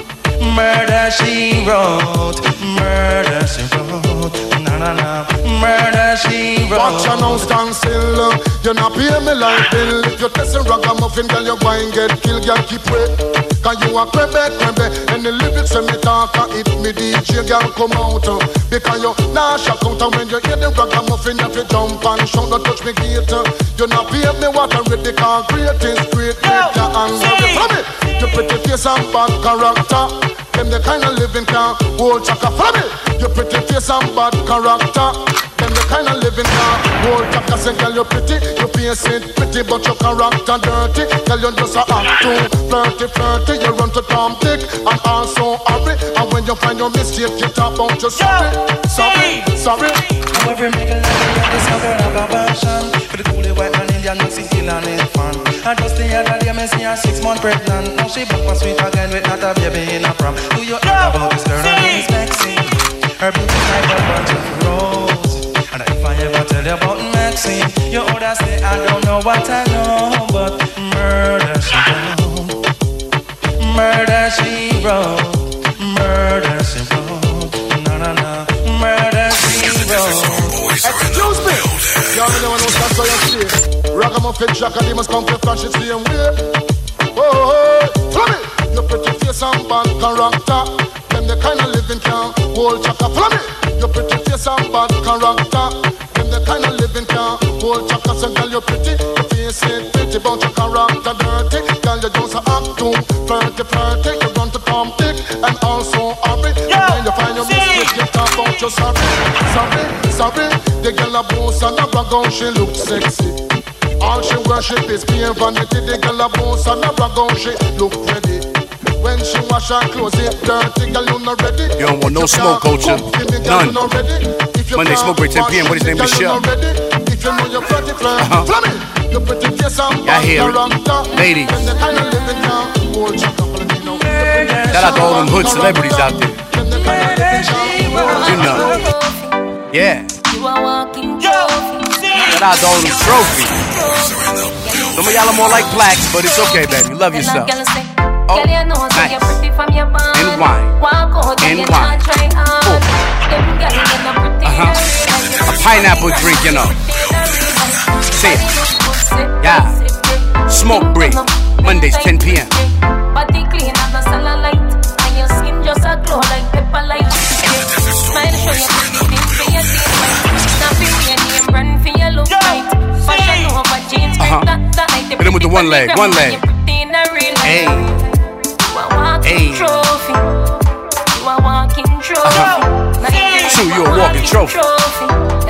Speaker 10: Murder she wrote, murder she wrote, na na na, murder she wrote.
Speaker 12: Watch your nose stand still. You not pay me like bill. If you testing ragamuffin, girl, you going get killed. Girl, keep wait. Cause you a crebe, crebe. And the lyrics when me talk, uh, it me DJ, girl, come out. uh, Because you nah shock out. And when you hear the ragamuffin, you have to jump and shout, don't touch me gate. uh. You not pay me what I read, the concrete is great. Great, you angry. Follow me. You pretty face and bad character. Them the kind of living can hold chaka for me. You pretty face and bad character. Them the kind of living can hold chaka. Say girl you pretty, you face it pretty, but your character dirty. Girl you just a act too flirty, flirty. You run to Tom Dick and also hurry. And when you find your mistake, you talk about your sorry, sorry, sorry.
Speaker 10: However, make a lady and discover a passion For the coolie white man Indian makes it feel an infant And just the other day, me see her six months pregnant Now she back for sweet again with not a baby in a prom Do you hear about this girl? Her name is Maxine Her beauty like a bunch of rose And if I ever tell you about Maxine You would have say, I don't know what I know But murder she wrote Murder she wrote Murder she wrote Na na na Murder she wrote
Speaker 12: Excuse me. Y'all really want to start so you see. Ragamuffin Jack and must come to flash it same way. Oh, oh, oh. Follow me. Your pretty face and bad character. Them the kind of living can hold chaka. Follow me. Your pretty face and bad character. Them the kind of living can hold chaka. So girl, you're pretty. Your face ain't pretty, but your character dirty. Girl, you just a act too flirty, flirty. You run to Tom Dick and also hurry. Yeah.
Speaker 4: So sorry, sorry, sorry. The girl a boss and a brag on, she look sexy. All she worship is pure vanity. The girl a boss and a brag on, she look ready. When she wash her clothes, it dirty. Girl, you not ready.
Speaker 6: You don't want no smoke culture. None. Monday smoke break 10 p.m. What his name is Shell. Uh-huh. Y'all hear it. Ladies. Shout out to all them hood celebrities out there. You know. Yeah. Shout out to all them trophies. Some of y'all are more like blacks, but it's okay, baby. Love yourself.
Speaker 15: Oh, nice.
Speaker 6: And wine. And wine. Oh. Uh-huh. A pineapple drink, you know. See it. Yeah. Smoke break. Mondays, 10 p.m.
Speaker 15: Body clean and a sunlight. And your skin just a glow like pepper light. Smile show your skin for your teeth white. Snapping your name, run for your look right. Fashion over jeans,
Speaker 6: Uh-huh.
Speaker 15: make that the night.
Speaker 6: Hit him with the one leg, one leg.
Speaker 15: In a real
Speaker 6: Hey.
Speaker 15: life. You a walking
Speaker 6: Hey.
Speaker 15: trophy. You a walking trophy. Now you
Speaker 6: True, you a walking trophy. Shout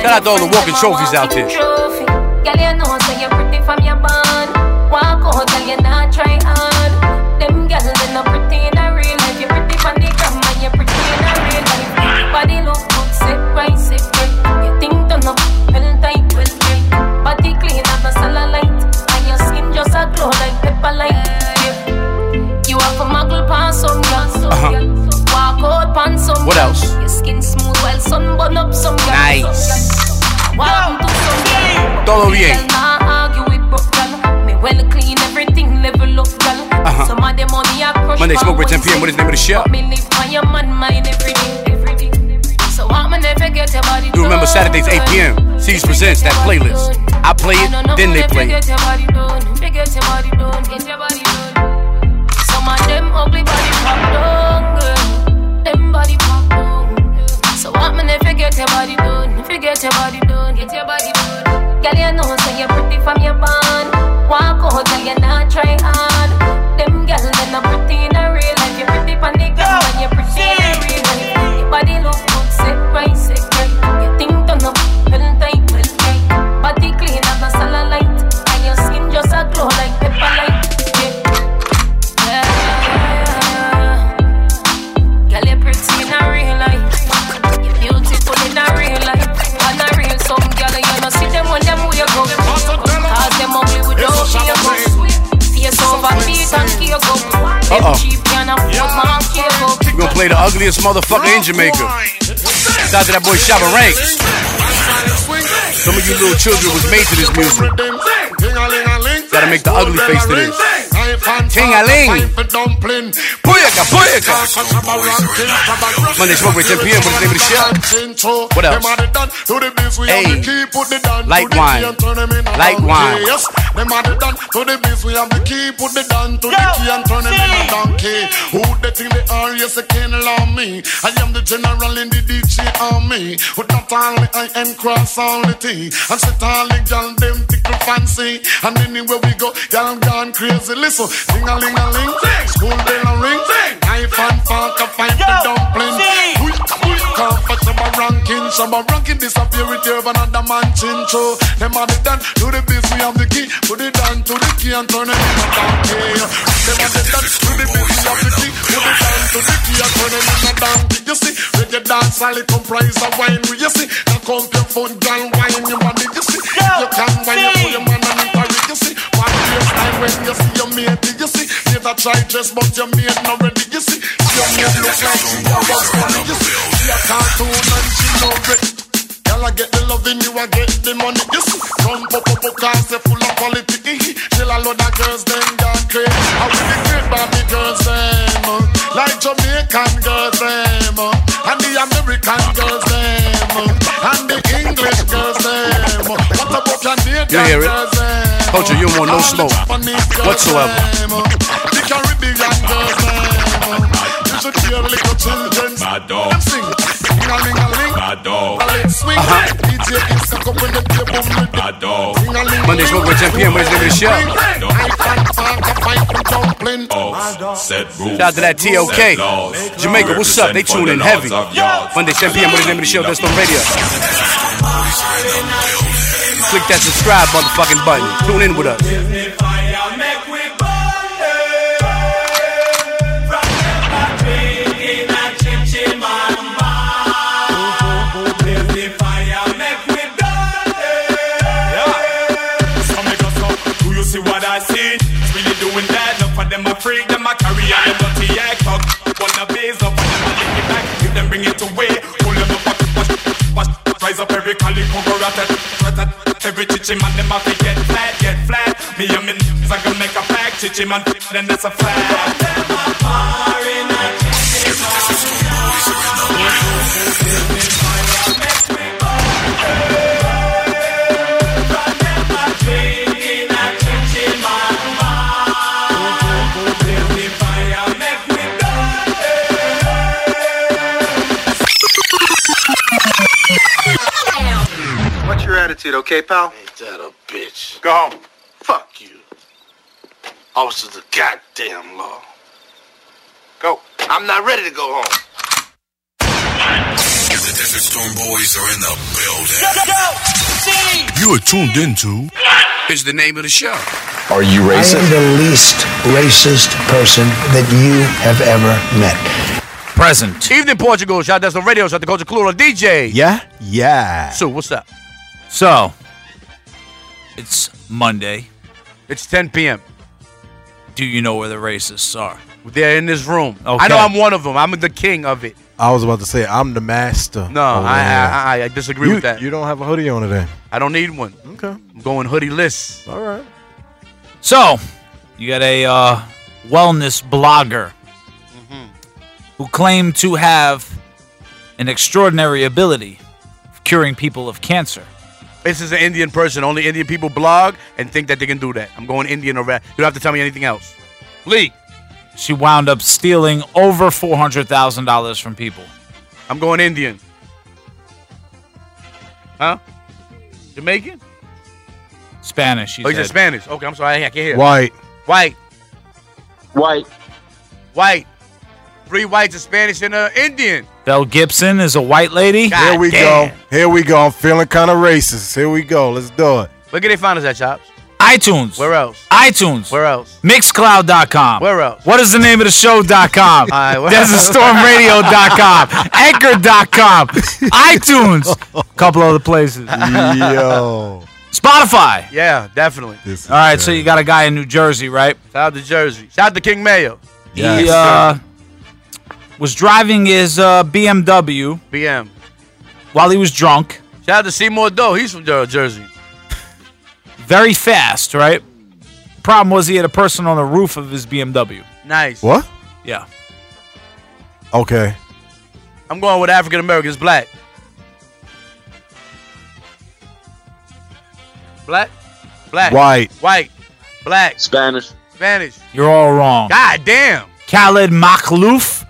Speaker 6: out to all the walking trophies out there.
Speaker 15: trophy. Girl, you know say you're pretty from your bond. Walk out, girl, you not try hard. Them girls they not pretty in a real life. You're pretty from the gram and you're pretty in a real life. Body look good, sit right, sit right. You think turn up, well tight, well tight. Body clean and a light, and your skin just a glow like pepper light. Yeah. You have a muggle pass some girls, some
Speaker 6: Uh-huh.
Speaker 15: girls. Walk out pants some
Speaker 6: What
Speaker 15: girls.
Speaker 6: else?
Speaker 15: Your skin smooth while sun burn up some girls.
Speaker 6: Nice.
Speaker 15: some girls. Walk to some girls.
Speaker 6: Todo bien.
Speaker 15: Girl, nah, argue with broke girl. Me well clean, everything level up, girl.
Speaker 6: Uh-huh.
Speaker 15: Some of them money I crush.
Speaker 6: Monday
Speaker 15: but
Speaker 6: smoke break 10 p.m.
Speaker 15: we
Speaker 6: What is the name of the show?
Speaker 15: say, Me live by your man mind every day, every day. So I'ma never get your body
Speaker 6: Do remember Saturdays 8
Speaker 15: done.
Speaker 6: p.m. C's presents that playlist. I play it, then they play it.
Speaker 15: Get your body done, they get your body done, get your body done. Some of them ugly body pop down, girl. Them body pop down. So what man if you get your body done, if you get your body done, get your body done. Girl, you know say you're pretty from your bond. Walk out, girl, you not try hard. Them girl, they not pretty in a real life. You're pretty from the gram and you're pretty in a real life. Your body look good, sit right, sit right. Your thing turn up, well tight, well tight. Body clean and a solid light, and your skin just a glow like pepper light. Yeah. Girl, you're pretty in a real life. You're beautiful in a real life. On a real some girl, you know, see them when them way go. Cause them ugly with no fear Face over feet and cake up. Them
Speaker 6: Uh-oh.
Speaker 15: cheap can afford my cake up.
Speaker 6: We gonna play the ugliest motherfucker in Jamaica. Shout out to that boy Shabba Rank. Some of you little children was made to this music. Gotta make the ugly face to this. Ting-a-ling. Booyaka, booyaka. Monday smoke break 10 p.m. What is the name of the show? What else? Hey, light wine, light wine.
Speaker 4: Yes, them are the done to the biz. We have the key, put the down to the key and turn them in a donkey. Who they think they are? Yes, they can allow me. I am the general in the DJ army. With not only I am cross all the thing. And set all the girl them tickle fancy. And anywhere we go, y'all gone crazy. Listen, ding a ling a ling, school bell a ring. Knife and fork, a find the dumpling. Quick, quick, come for some ranking, some ranking disappear with your another man chin. So them are the done to the biz. We have the key, put it down to the key and turn it in a donkey. Them are the done to the biz. We have the key, put it down to the key and turn it in a donkey. You see, reggae dance all it comprise of wine. We you see, now come your phone, girl, wine your money. You see, you can wine you put your man on it. hurry, You see, one year's time when you see your mate. You see, neither try dress, but your mate not ready. You see, your mate look like she a rock star. You see, she a cartoon and she no ready. Girl, I get the loving, you I get the money. You see, come pop up, up, cause they full of politics. Till a load of girls, them gone crazy. I will be great Barbie girls, them. uh, Like Jamaican girls, them. uh, And the American girls, them. uh, And the English girls, them. uh. What about Canadian
Speaker 6: You hear it?
Speaker 4: girls, them? uh,
Speaker 6: Culture, you don't want no smoke
Speaker 4: Japanese girls,
Speaker 6: whatsoever.
Speaker 4: them, uh, The Caribbean girls, them. uh. You should hear little children
Speaker 16: My dog.
Speaker 4: them sing. Ring-a-ling-a-ling.
Speaker 16: My dog.
Speaker 4: Let's swing.
Speaker 16: Uh-huh.
Speaker 4: DJ is stuck up in the table.
Speaker 16: My dog.
Speaker 4: Ring-a-ling-a-ling.
Speaker 6: Monday smoke break 10 p.m. What is the name of the show?
Speaker 4: I can't find a fight with dumpling.
Speaker 12: wine.
Speaker 11: Set rules.
Speaker 6: Shout out to that
Speaker 11: Set
Speaker 6: TOK.
Speaker 11: laws.
Speaker 6: Jamaica, what's up? They
Speaker 11: Represent
Speaker 6: tune in
Speaker 11: for the
Speaker 6: heavy.
Speaker 11: lords of yards.
Speaker 6: Monday, 10 p.m. What is the name of the show? That's on radio. Click that subscribe motherfucking button. Tune in with us.
Speaker 17: Do you see what I see? It's really doing that. Enough of them a freak, them a carry on them dirty act up. Wanna base up, and them a lick it back. If them bring it away, pull them up, watch, watch, watch. Rise up every cali cover at it. Every chichi man, them a fi get flat, get flat. Me and me niggas are gonna make a pack. Chichi man, then that's a flag.
Speaker 18: What's your attitude, okay, pal?
Speaker 13: Ain't that a bitch?
Speaker 18: Go home.
Speaker 13: Fuck you. Officer, the goddamn law. Go. I'm not ready to go home.
Speaker 11: The Desert Storm Boys are in the building.
Speaker 6: You are tuned into. Is the name of the show.
Speaker 9: Are you
Speaker 19: I am the least racist person that you have ever met.
Speaker 5: Present.
Speaker 6: Evening Portugal. Shout out to the radio. Shout out to Coach Clura DJ.
Speaker 3: Yeah? Yeah.
Speaker 6: So what's up?
Speaker 5: So, it's Monday.
Speaker 6: It's 10 p.m.
Speaker 5: Do you know where the racists are?
Speaker 6: They're in this room.
Speaker 5: Okay.
Speaker 6: I know I'm one of them. I'm the king of it.
Speaker 3: I was about to say I'm the master.
Speaker 6: No, I, I, I I disagree
Speaker 3: Oh, you,
Speaker 6: with that.
Speaker 3: You don't have a hoodie on today.
Speaker 6: I don't need one.
Speaker 3: Okay. I'm
Speaker 6: going hoodie list.
Speaker 3: All right.
Speaker 5: So, you got a uh, wellness blogger who claimed to have an extraordinary ability of curing people of cancer.
Speaker 6: This is an Indian person. Only Indian people blog and think that they can do that. I'm going Indian or that. You don't have to tell me anything else. Lee.
Speaker 5: She wound up stealing over $400,000 from people.
Speaker 6: I'm going Indian. Huh? Jamaican?
Speaker 5: Spanish. She
Speaker 6: oh, he's
Speaker 5: said.
Speaker 6: in Spanish. Okay, I'm sorry. I can't hear.
Speaker 3: White.
Speaker 6: White.
Speaker 7: White.
Speaker 6: White. Three whites, a Spanish, and an Indian.
Speaker 5: Belle Gibson is a white lady.
Speaker 3: Here we go. Here we go. I'm feeling kind of racist. Here we go. Let's do it.
Speaker 6: Where can they find us at, Chops?
Speaker 5: iTunes.
Speaker 6: Where else?
Speaker 5: iTunes.
Speaker 6: Where else?
Speaker 5: Mixcloud.com.
Speaker 6: Where else?
Speaker 5: What is the name of the show.com?
Speaker 6: well-
Speaker 5: DesertStormRadio.com. Anchor.com. iTunes. A couple other places.
Speaker 6: Yo.
Speaker 5: Spotify.
Speaker 6: Yeah, definitely.
Speaker 5: All right, so you got a guy in New Jersey, right?
Speaker 6: Shout out to Jersey. Shout out to King Mayo.
Speaker 5: He uh, was driving his uh, BMW
Speaker 6: BM.
Speaker 5: while he was drunk,
Speaker 6: Shout out to Seymour Doe. He's from Jer- Jersey.
Speaker 5: very fast, right? Problem was he had a person on the roof of his BMW.
Speaker 6: Nice.
Speaker 3: What?
Speaker 5: Yeah.
Speaker 3: Okay.
Speaker 6: I'm going with African Americans, black. Black? Black.
Speaker 3: White.
Speaker 6: White. Black.
Speaker 7: Spanish.
Speaker 6: Spanish.
Speaker 5: You're all wrong.
Speaker 6: God damn.
Speaker 5: Khaled Makhlouf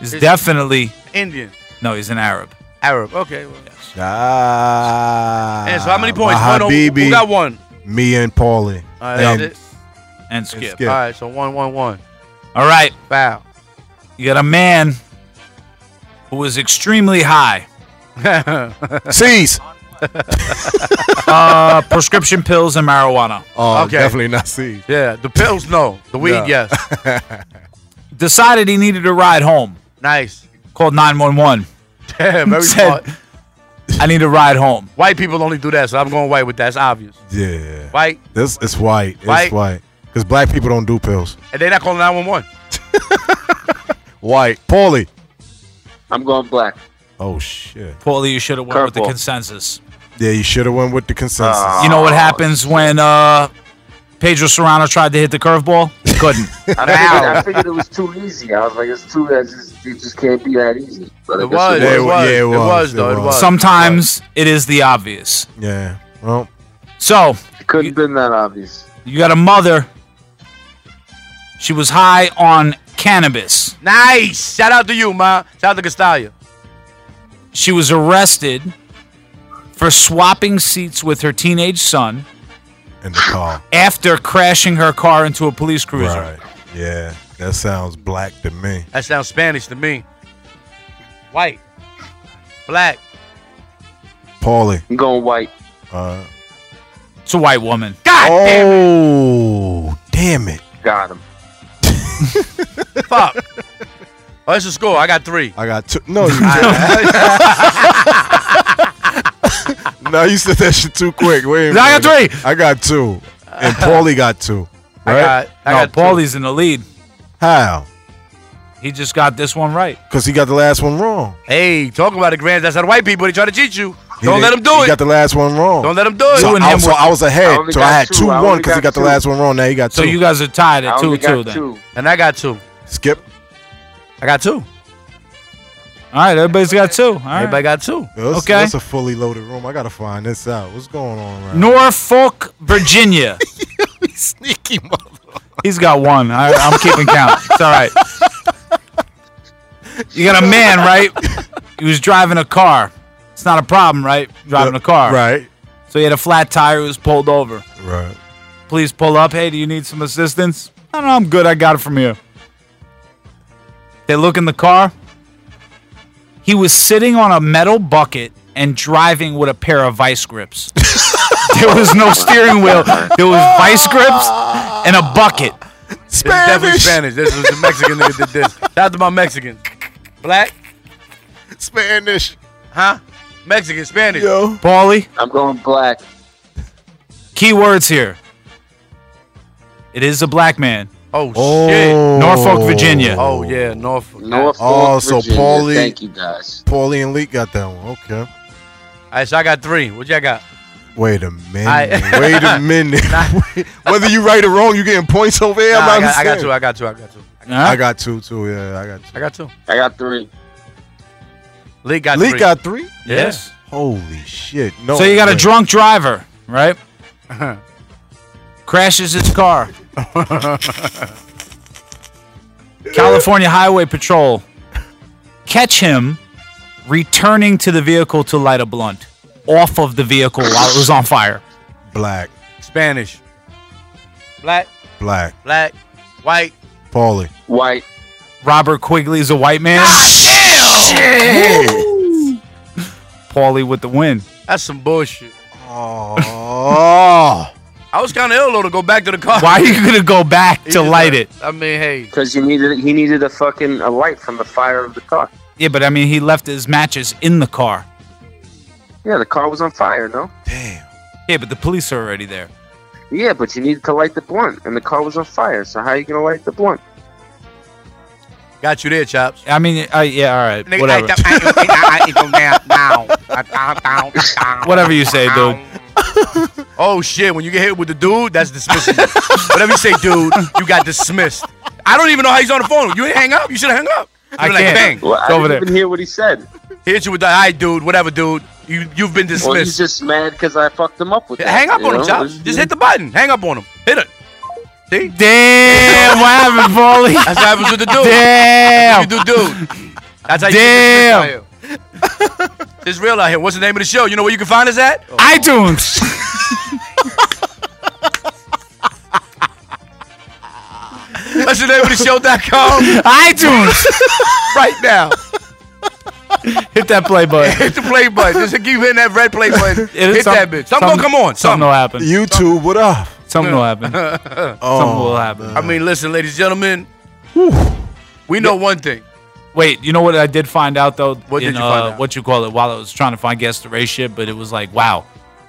Speaker 5: is
Speaker 6: Is-
Speaker 5: definitely
Speaker 6: Indian.
Speaker 5: no, he's an Arab.
Speaker 6: Arab. Okay. well,
Speaker 3: Ah.
Speaker 6: And so how many points?
Speaker 3: my
Speaker 6: One on-
Speaker 3: Habibi,
Speaker 6: who got one?
Speaker 3: Me and Paulie.
Speaker 6: All right,
Speaker 3: and
Speaker 6: that's it.
Speaker 5: And skip.
Speaker 3: Skip.
Speaker 6: All right, so one, one, one.
Speaker 5: All right.
Speaker 6: Wow.
Speaker 5: You got a man who was extremely high.
Speaker 3: C's.
Speaker 5: uh, prescription pills and marijuana.
Speaker 3: Oh, definitely not C's.
Speaker 6: Yeah, the pills, no. The weed,
Speaker 5: No.
Speaker 6: yes.
Speaker 5: Decided he needed a ride home.
Speaker 6: Nice.
Speaker 5: Called 911.
Speaker 6: Yeah, very
Speaker 5: Said,
Speaker 6: smart.
Speaker 5: I need a ride home.
Speaker 6: White people only do that, so I'm going white with that. It's obvious.
Speaker 3: Yeah.
Speaker 6: White,
Speaker 3: This it's white.
Speaker 6: White.
Speaker 3: It's white. Because black people don't do pills.
Speaker 6: and they're not calling 911.
Speaker 3: White. Paulie.
Speaker 7: I'm going black.
Speaker 3: Oh shit.
Speaker 5: Paulie, you should have went with the
Speaker 7: Curveball. Ah,
Speaker 5: consensus.
Speaker 3: Yeah, you should have went with the consensus.
Speaker 5: you know what happens when uh, Pedro Serrano tried to hit the curveball? Couldn't.
Speaker 7: I figured, I figured it was too easy. I was like, it's too. It just, it just can't be that easy. But I
Speaker 6: It
Speaker 7: guess
Speaker 6: was,
Speaker 3: Yeah,
Speaker 6: it
Speaker 3: it wa-
Speaker 6: was,
Speaker 3: yeah, it
Speaker 6: it
Speaker 3: was,
Speaker 6: was,
Speaker 3: it
Speaker 6: though, it
Speaker 3: was.
Speaker 6: was.
Speaker 5: Sometimes it is the obvious.
Speaker 3: Yeah. Well,
Speaker 5: So
Speaker 7: It couldn't have been that obvious.
Speaker 5: you got a mother. She was high on cannabis.
Speaker 6: Nice. Shout out to you, ma. Shout out to Castalia.
Speaker 5: She was arrested for swapping seats with her teenage son
Speaker 3: in the car.
Speaker 5: after crashing her car into a police cruiser.
Speaker 3: Oh. Right. Yeah, that sounds black to me.
Speaker 6: That sounds Spanish to me. White, black.
Speaker 3: Paulie.
Speaker 7: I'm going white.
Speaker 3: Uh,
Speaker 5: It's a white woman.
Speaker 6: God
Speaker 3: oh, damn it.
Speaker 7: Got him.
Speaker 6: Fuck. Oh, that's a score. I got three.
Speaker 3: I got two. No, you didn't. no, you said that shit too quick. Wait. a
Speaker 5: No, I got
Speaker 3: minute. I got two, and Paulie got two.
Speaker 5: I
Speaker 3: Right?
Speaker 5: got- I No, got two. Paulie's in the lead.
Speaker 3: How?
Speaker 5: He just got this one right.
Speaker 3: Because he got the last one wrong.
Speaker 6: Hey, talk about it, Grants. That's how the white people they try to cheat you.
Speaker 3: He
Speaker 6: Don't
Speaker 3: didn't-
Speaker 6: let them do
Speaker 3: he
Speaker 6: it.
Speaker 3: got the last one wrong.
Speaker 6: Don't let them do it.
Speaker 3: So,
Speaker 6: You and
Speaker 3: I,
Speaker 6: him
Speaker 3: so
Speaker 6: were-
Speaker 3: I was
Speaker 6: I
Speaker 3: ahead.
Speaker 6: only
Speaker 3: so
Speaker 6: got
Speaker 3: I had
Speaker 6: two.
Speaker 3: two
Speaker 6: I
Speaker 3: one
Speaker 6: only
Speaker 3: because he got
Speaker 6: got
Speaker 3: the last one wrong. Now he got two.
Speaker 5: So you guys are tied at two two then.
Speaker 6: And I got two.
Speaker 3: Skip.
Speaker 6: I got two.
Speaker 5: All right, everybody's got two. All right.
Speaker 6: Everybody got two.
Speaker 3: That's,
Speaker 5: Okay.
Speaker 3: That's a fully loaded room. I gotta find this out. What's going on around?
Speaker 5: Norfolk, Virginia.
Speaker 3: Sneaky
Speaker 5: He's got one. I, I'm keeping count. It's all right. You got a man, right? He was driving a car. It's not a problem, right? Driving a car.
Speaker 3: Right.
Speaker 5: So he had a flat tire. He was pulled over.
Speaker 3: Right.
Speaker 5: Please pull up. Hey, do you need some assistance? No, no, I'm good. I got it from here. They look in the car. He was sitting on a metal bucket and driving with a pair of vice grips. there was no steering wheel. There was vice grips and a bucket.
Speaker 6: This is definitely Spanish. This was the Mexican nigga did this. Shout out to my Mexican. Black.
Speaker 3: Spanish.
Speaker 6: Huh? Mexican, Spanish.
Speaker 3: Yo.
Speaker 5: Paulie,
Speaker 7: I'm going black.
Speaker 5: key words here. It is a black man.
Speaker 6: Oh, shit.
Speaker 5: Norfolk, Virginia.
Speaker 6: Oh, yeah. Norfolk.
Speaker 7: Norfolk,
Speaker 3: Oh, so
Speaker 7: Virginia.
Speaker 3: Paulie-
Speaker 7: Thank you guys.
Speaker 3: Paulie and Leek got that one. Okay.
Speaker 6: All right, so I got three. What y'all got?
Speaker 3: Wait a minute.
Speaker 6: I-
Speaker 3: Wait a minute. Whether you right or wrong, you getting points over here.
Speaker 6: Nah,
Speaker 3: I'm
Speaker 6: I,
Speaker 3: not
Speaker 6: got, I got two.
Speaker 3: understanding.
Speaker 6: I got two. I got two.
Speaker 3: I got two too. Yeah, I got two.
Speaker 6: I got two.
Speaker 7: I got three.
Speaker 6: Lee got
Speaker 3: Leek
Speaker 6: three.
Speaker 3: got three.
Speaker 5: Yes.
Speaker 3: Holy shit! No.
Speaker 5: so you got a
Speaker 3: way.
Speaker 5: drunk driver, right? Crashes his car. California Highway Patrol catch him returning to the vehicle to light a blunt off of the vehicle while it was on fire.
Speaker 3: Black,
Speaker 6: Spanish. Black.
Speaker 3: black,
Speaker 6: Black. White.
Speaker 3: Paulie.
Speaker 7: White.
Speaker 5: Robert Quigley is a white man. Paulie with the win.
Speaker 6: That's some bullshit.
Speaker 3: Oh.
Speaker 6: I was kind of ill, though, to go back to the car.
Speaker 5: Why are you gonna go back
Speaker 6: He
Speaker 5: to
Speaker 6: just
Speaker 5: light
Speaker 6: like-
Speaker 5: it?
Speaker 6: I mean, hey.
Speaker 7: Because he needed he needed a fucking a light from the fire of the car.
Speaker 5: Yeah, but I mean, he left his matches in the car.
Speaker 7: Yeah, the car was on fire, no?
Speaker 5: Yeah, but the police are already there.
Speaker 7: Yeah, but you needed to light the blunt, and the car was on fire. So how you gonna light the blunt?
Speaker 6: Got you there, Chops.
Speaker 5: I mean, I, yeah, all right,
Speaker 6: Nigga,
Speaker 5: whatever, whatever you say, dude.
Speaker 6: Oh shit! When you get hit with the dude, that's dismissing. you. Whatever you say, dude, you got dismissed. I don't even know how he's on the phone. You didn't hang up. You should have hung up. You
Speaker 5: I
Speaker 6: were like,
Speaker 5: can't.
Speaker 6: Bang.
Speaker 7: Well, I
Speaker 5: over
Speaker 7: didn't
Speaker 5: there.
Speaker 7: even hear what he said.
Speaker 6: He hit you with the hi, dude. Whatever, dude. You you've been
Speaker 7: Well, he's
Speaker 6: dismissed.
Speaker 7: just mad because I fucked him up with that.
Speaker 6: hang up
Speaker 7: you
Speaker 6: on him,
Speaker 7: know?
Speaker 6: Chops. Just hit the button. Hang up on him. Hit it. See?
Speaker 5: Damn, what happened, Paulie?
Speaker 6: That's what happens with the dude.
Speaker 5: Damn,
Speaker 6: You do, dude. That's how you
Speaker 5: Damn.
Speaker 6: get dismissed out here. It's real out here. What's the name of the show? You know where you can find us at?
Speaker 5: iTunes.
Speaker 6: That's the name of the show.com
Speaker 5: iTunes.
Speaker 6: right now.
Speaker 5: Hit that play button.
Speaker 6: Hit the play button. Just keep hitting that red play button.
Speaker 5: It is
Speaker 6: Hit
Speaker 5: some-
Speaker 6: that bitch. Something
Speaker 5: some-
Speaker 6: gonna come on.
Speaker 5: Something
Speaker 6: Something.
Speaker 5: will happen.
Speaker 3: YouTube, what up?
Speaker 5: Something will happen. Something will
Speaker 3: Oh,
Speaker 5: happen.
Speaker 6: I mean, listen, ladies and gentlemen, we know one thing.
Speaker 5: Wait, you know what I did find out though?
Speaker 6: What did
Speaker 5: in,
Speaker 6: you find
Speaker 5: uh,
Speaker 6: out?
Speaker 5: What you call it? While I was trying to find guess the race shit, but it was like wow.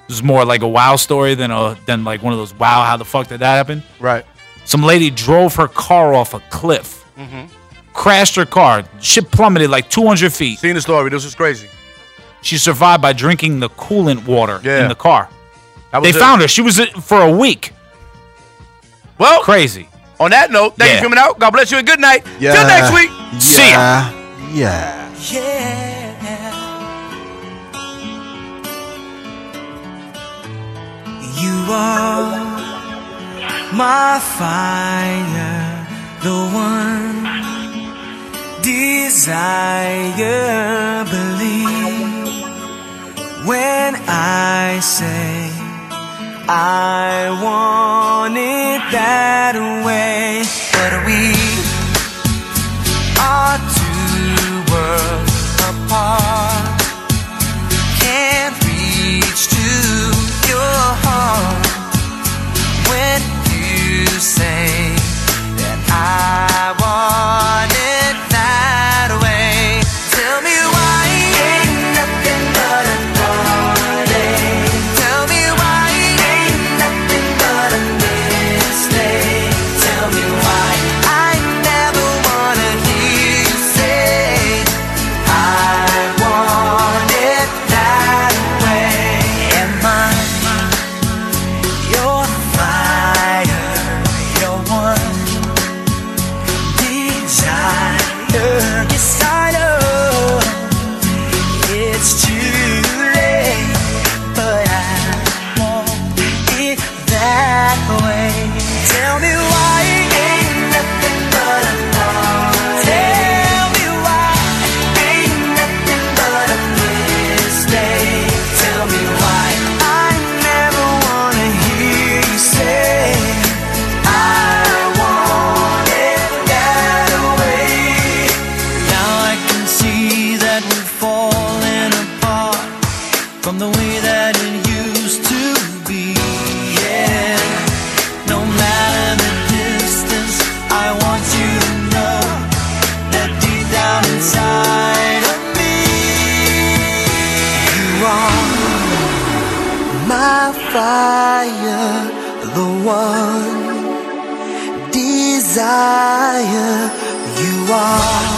Speaker 5: This is more like a wow story than a than like one of those wow. How the fuck did that happen?
Speaker 6: Right.
Speaker 5: Some lady drove her car off a cliff, crashed her car. Shit plummeted like 200 feet.
Speaker 6: Seen the story. This is crazy.
Speaker 5: She survived by drinking the coolant water
Speaker 6: Yeah.
Speaker 5: in the car.
Speaker 6: That was
Speaker 5: They
Speaker 6: it.
Speaker 5: found her. She was uh, for a week.
Speaker 6: Well,
Speaker 5: Crazy.
Speaker 6: on that note, thank you
Speaker 5: Yeah.
Speaker 6: for coming out. God bless you and good night.
Speaker 3: Yeah.
Speaker 6: Till next week.
Speaker 5: See ya.
Speaker 3: Yeah. Yeah.
Speaker 2: Yeah. You are my fire, the one desire. Believe when I say I want it that way. But we
Speaker 8: one desire you are.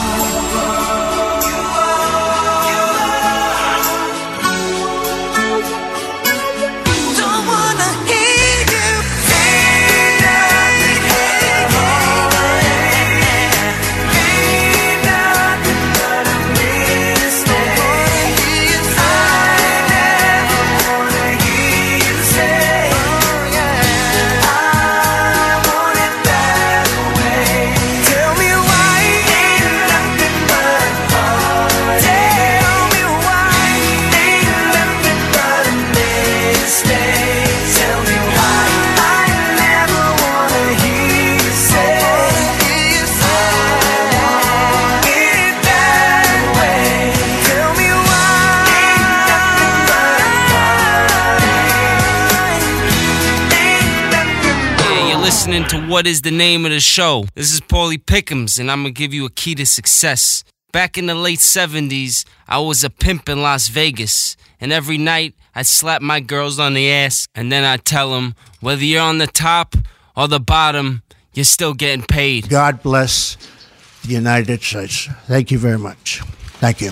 Speaker 8: Don't wanna hear you
Speaker 9: Yeah, you're listening to What is the Name of the Show? This is Paulie Pickums, and I'm going to give you a key to success. Back in the late 70s, I was a pimp in Las Vegas, and every night I'd slap my girls on the ass, and then I'd tell them whether you're on the top or the bottom, you're still getting paid.
Speaker 19: God bless the United States. Thank you very much. Thank you.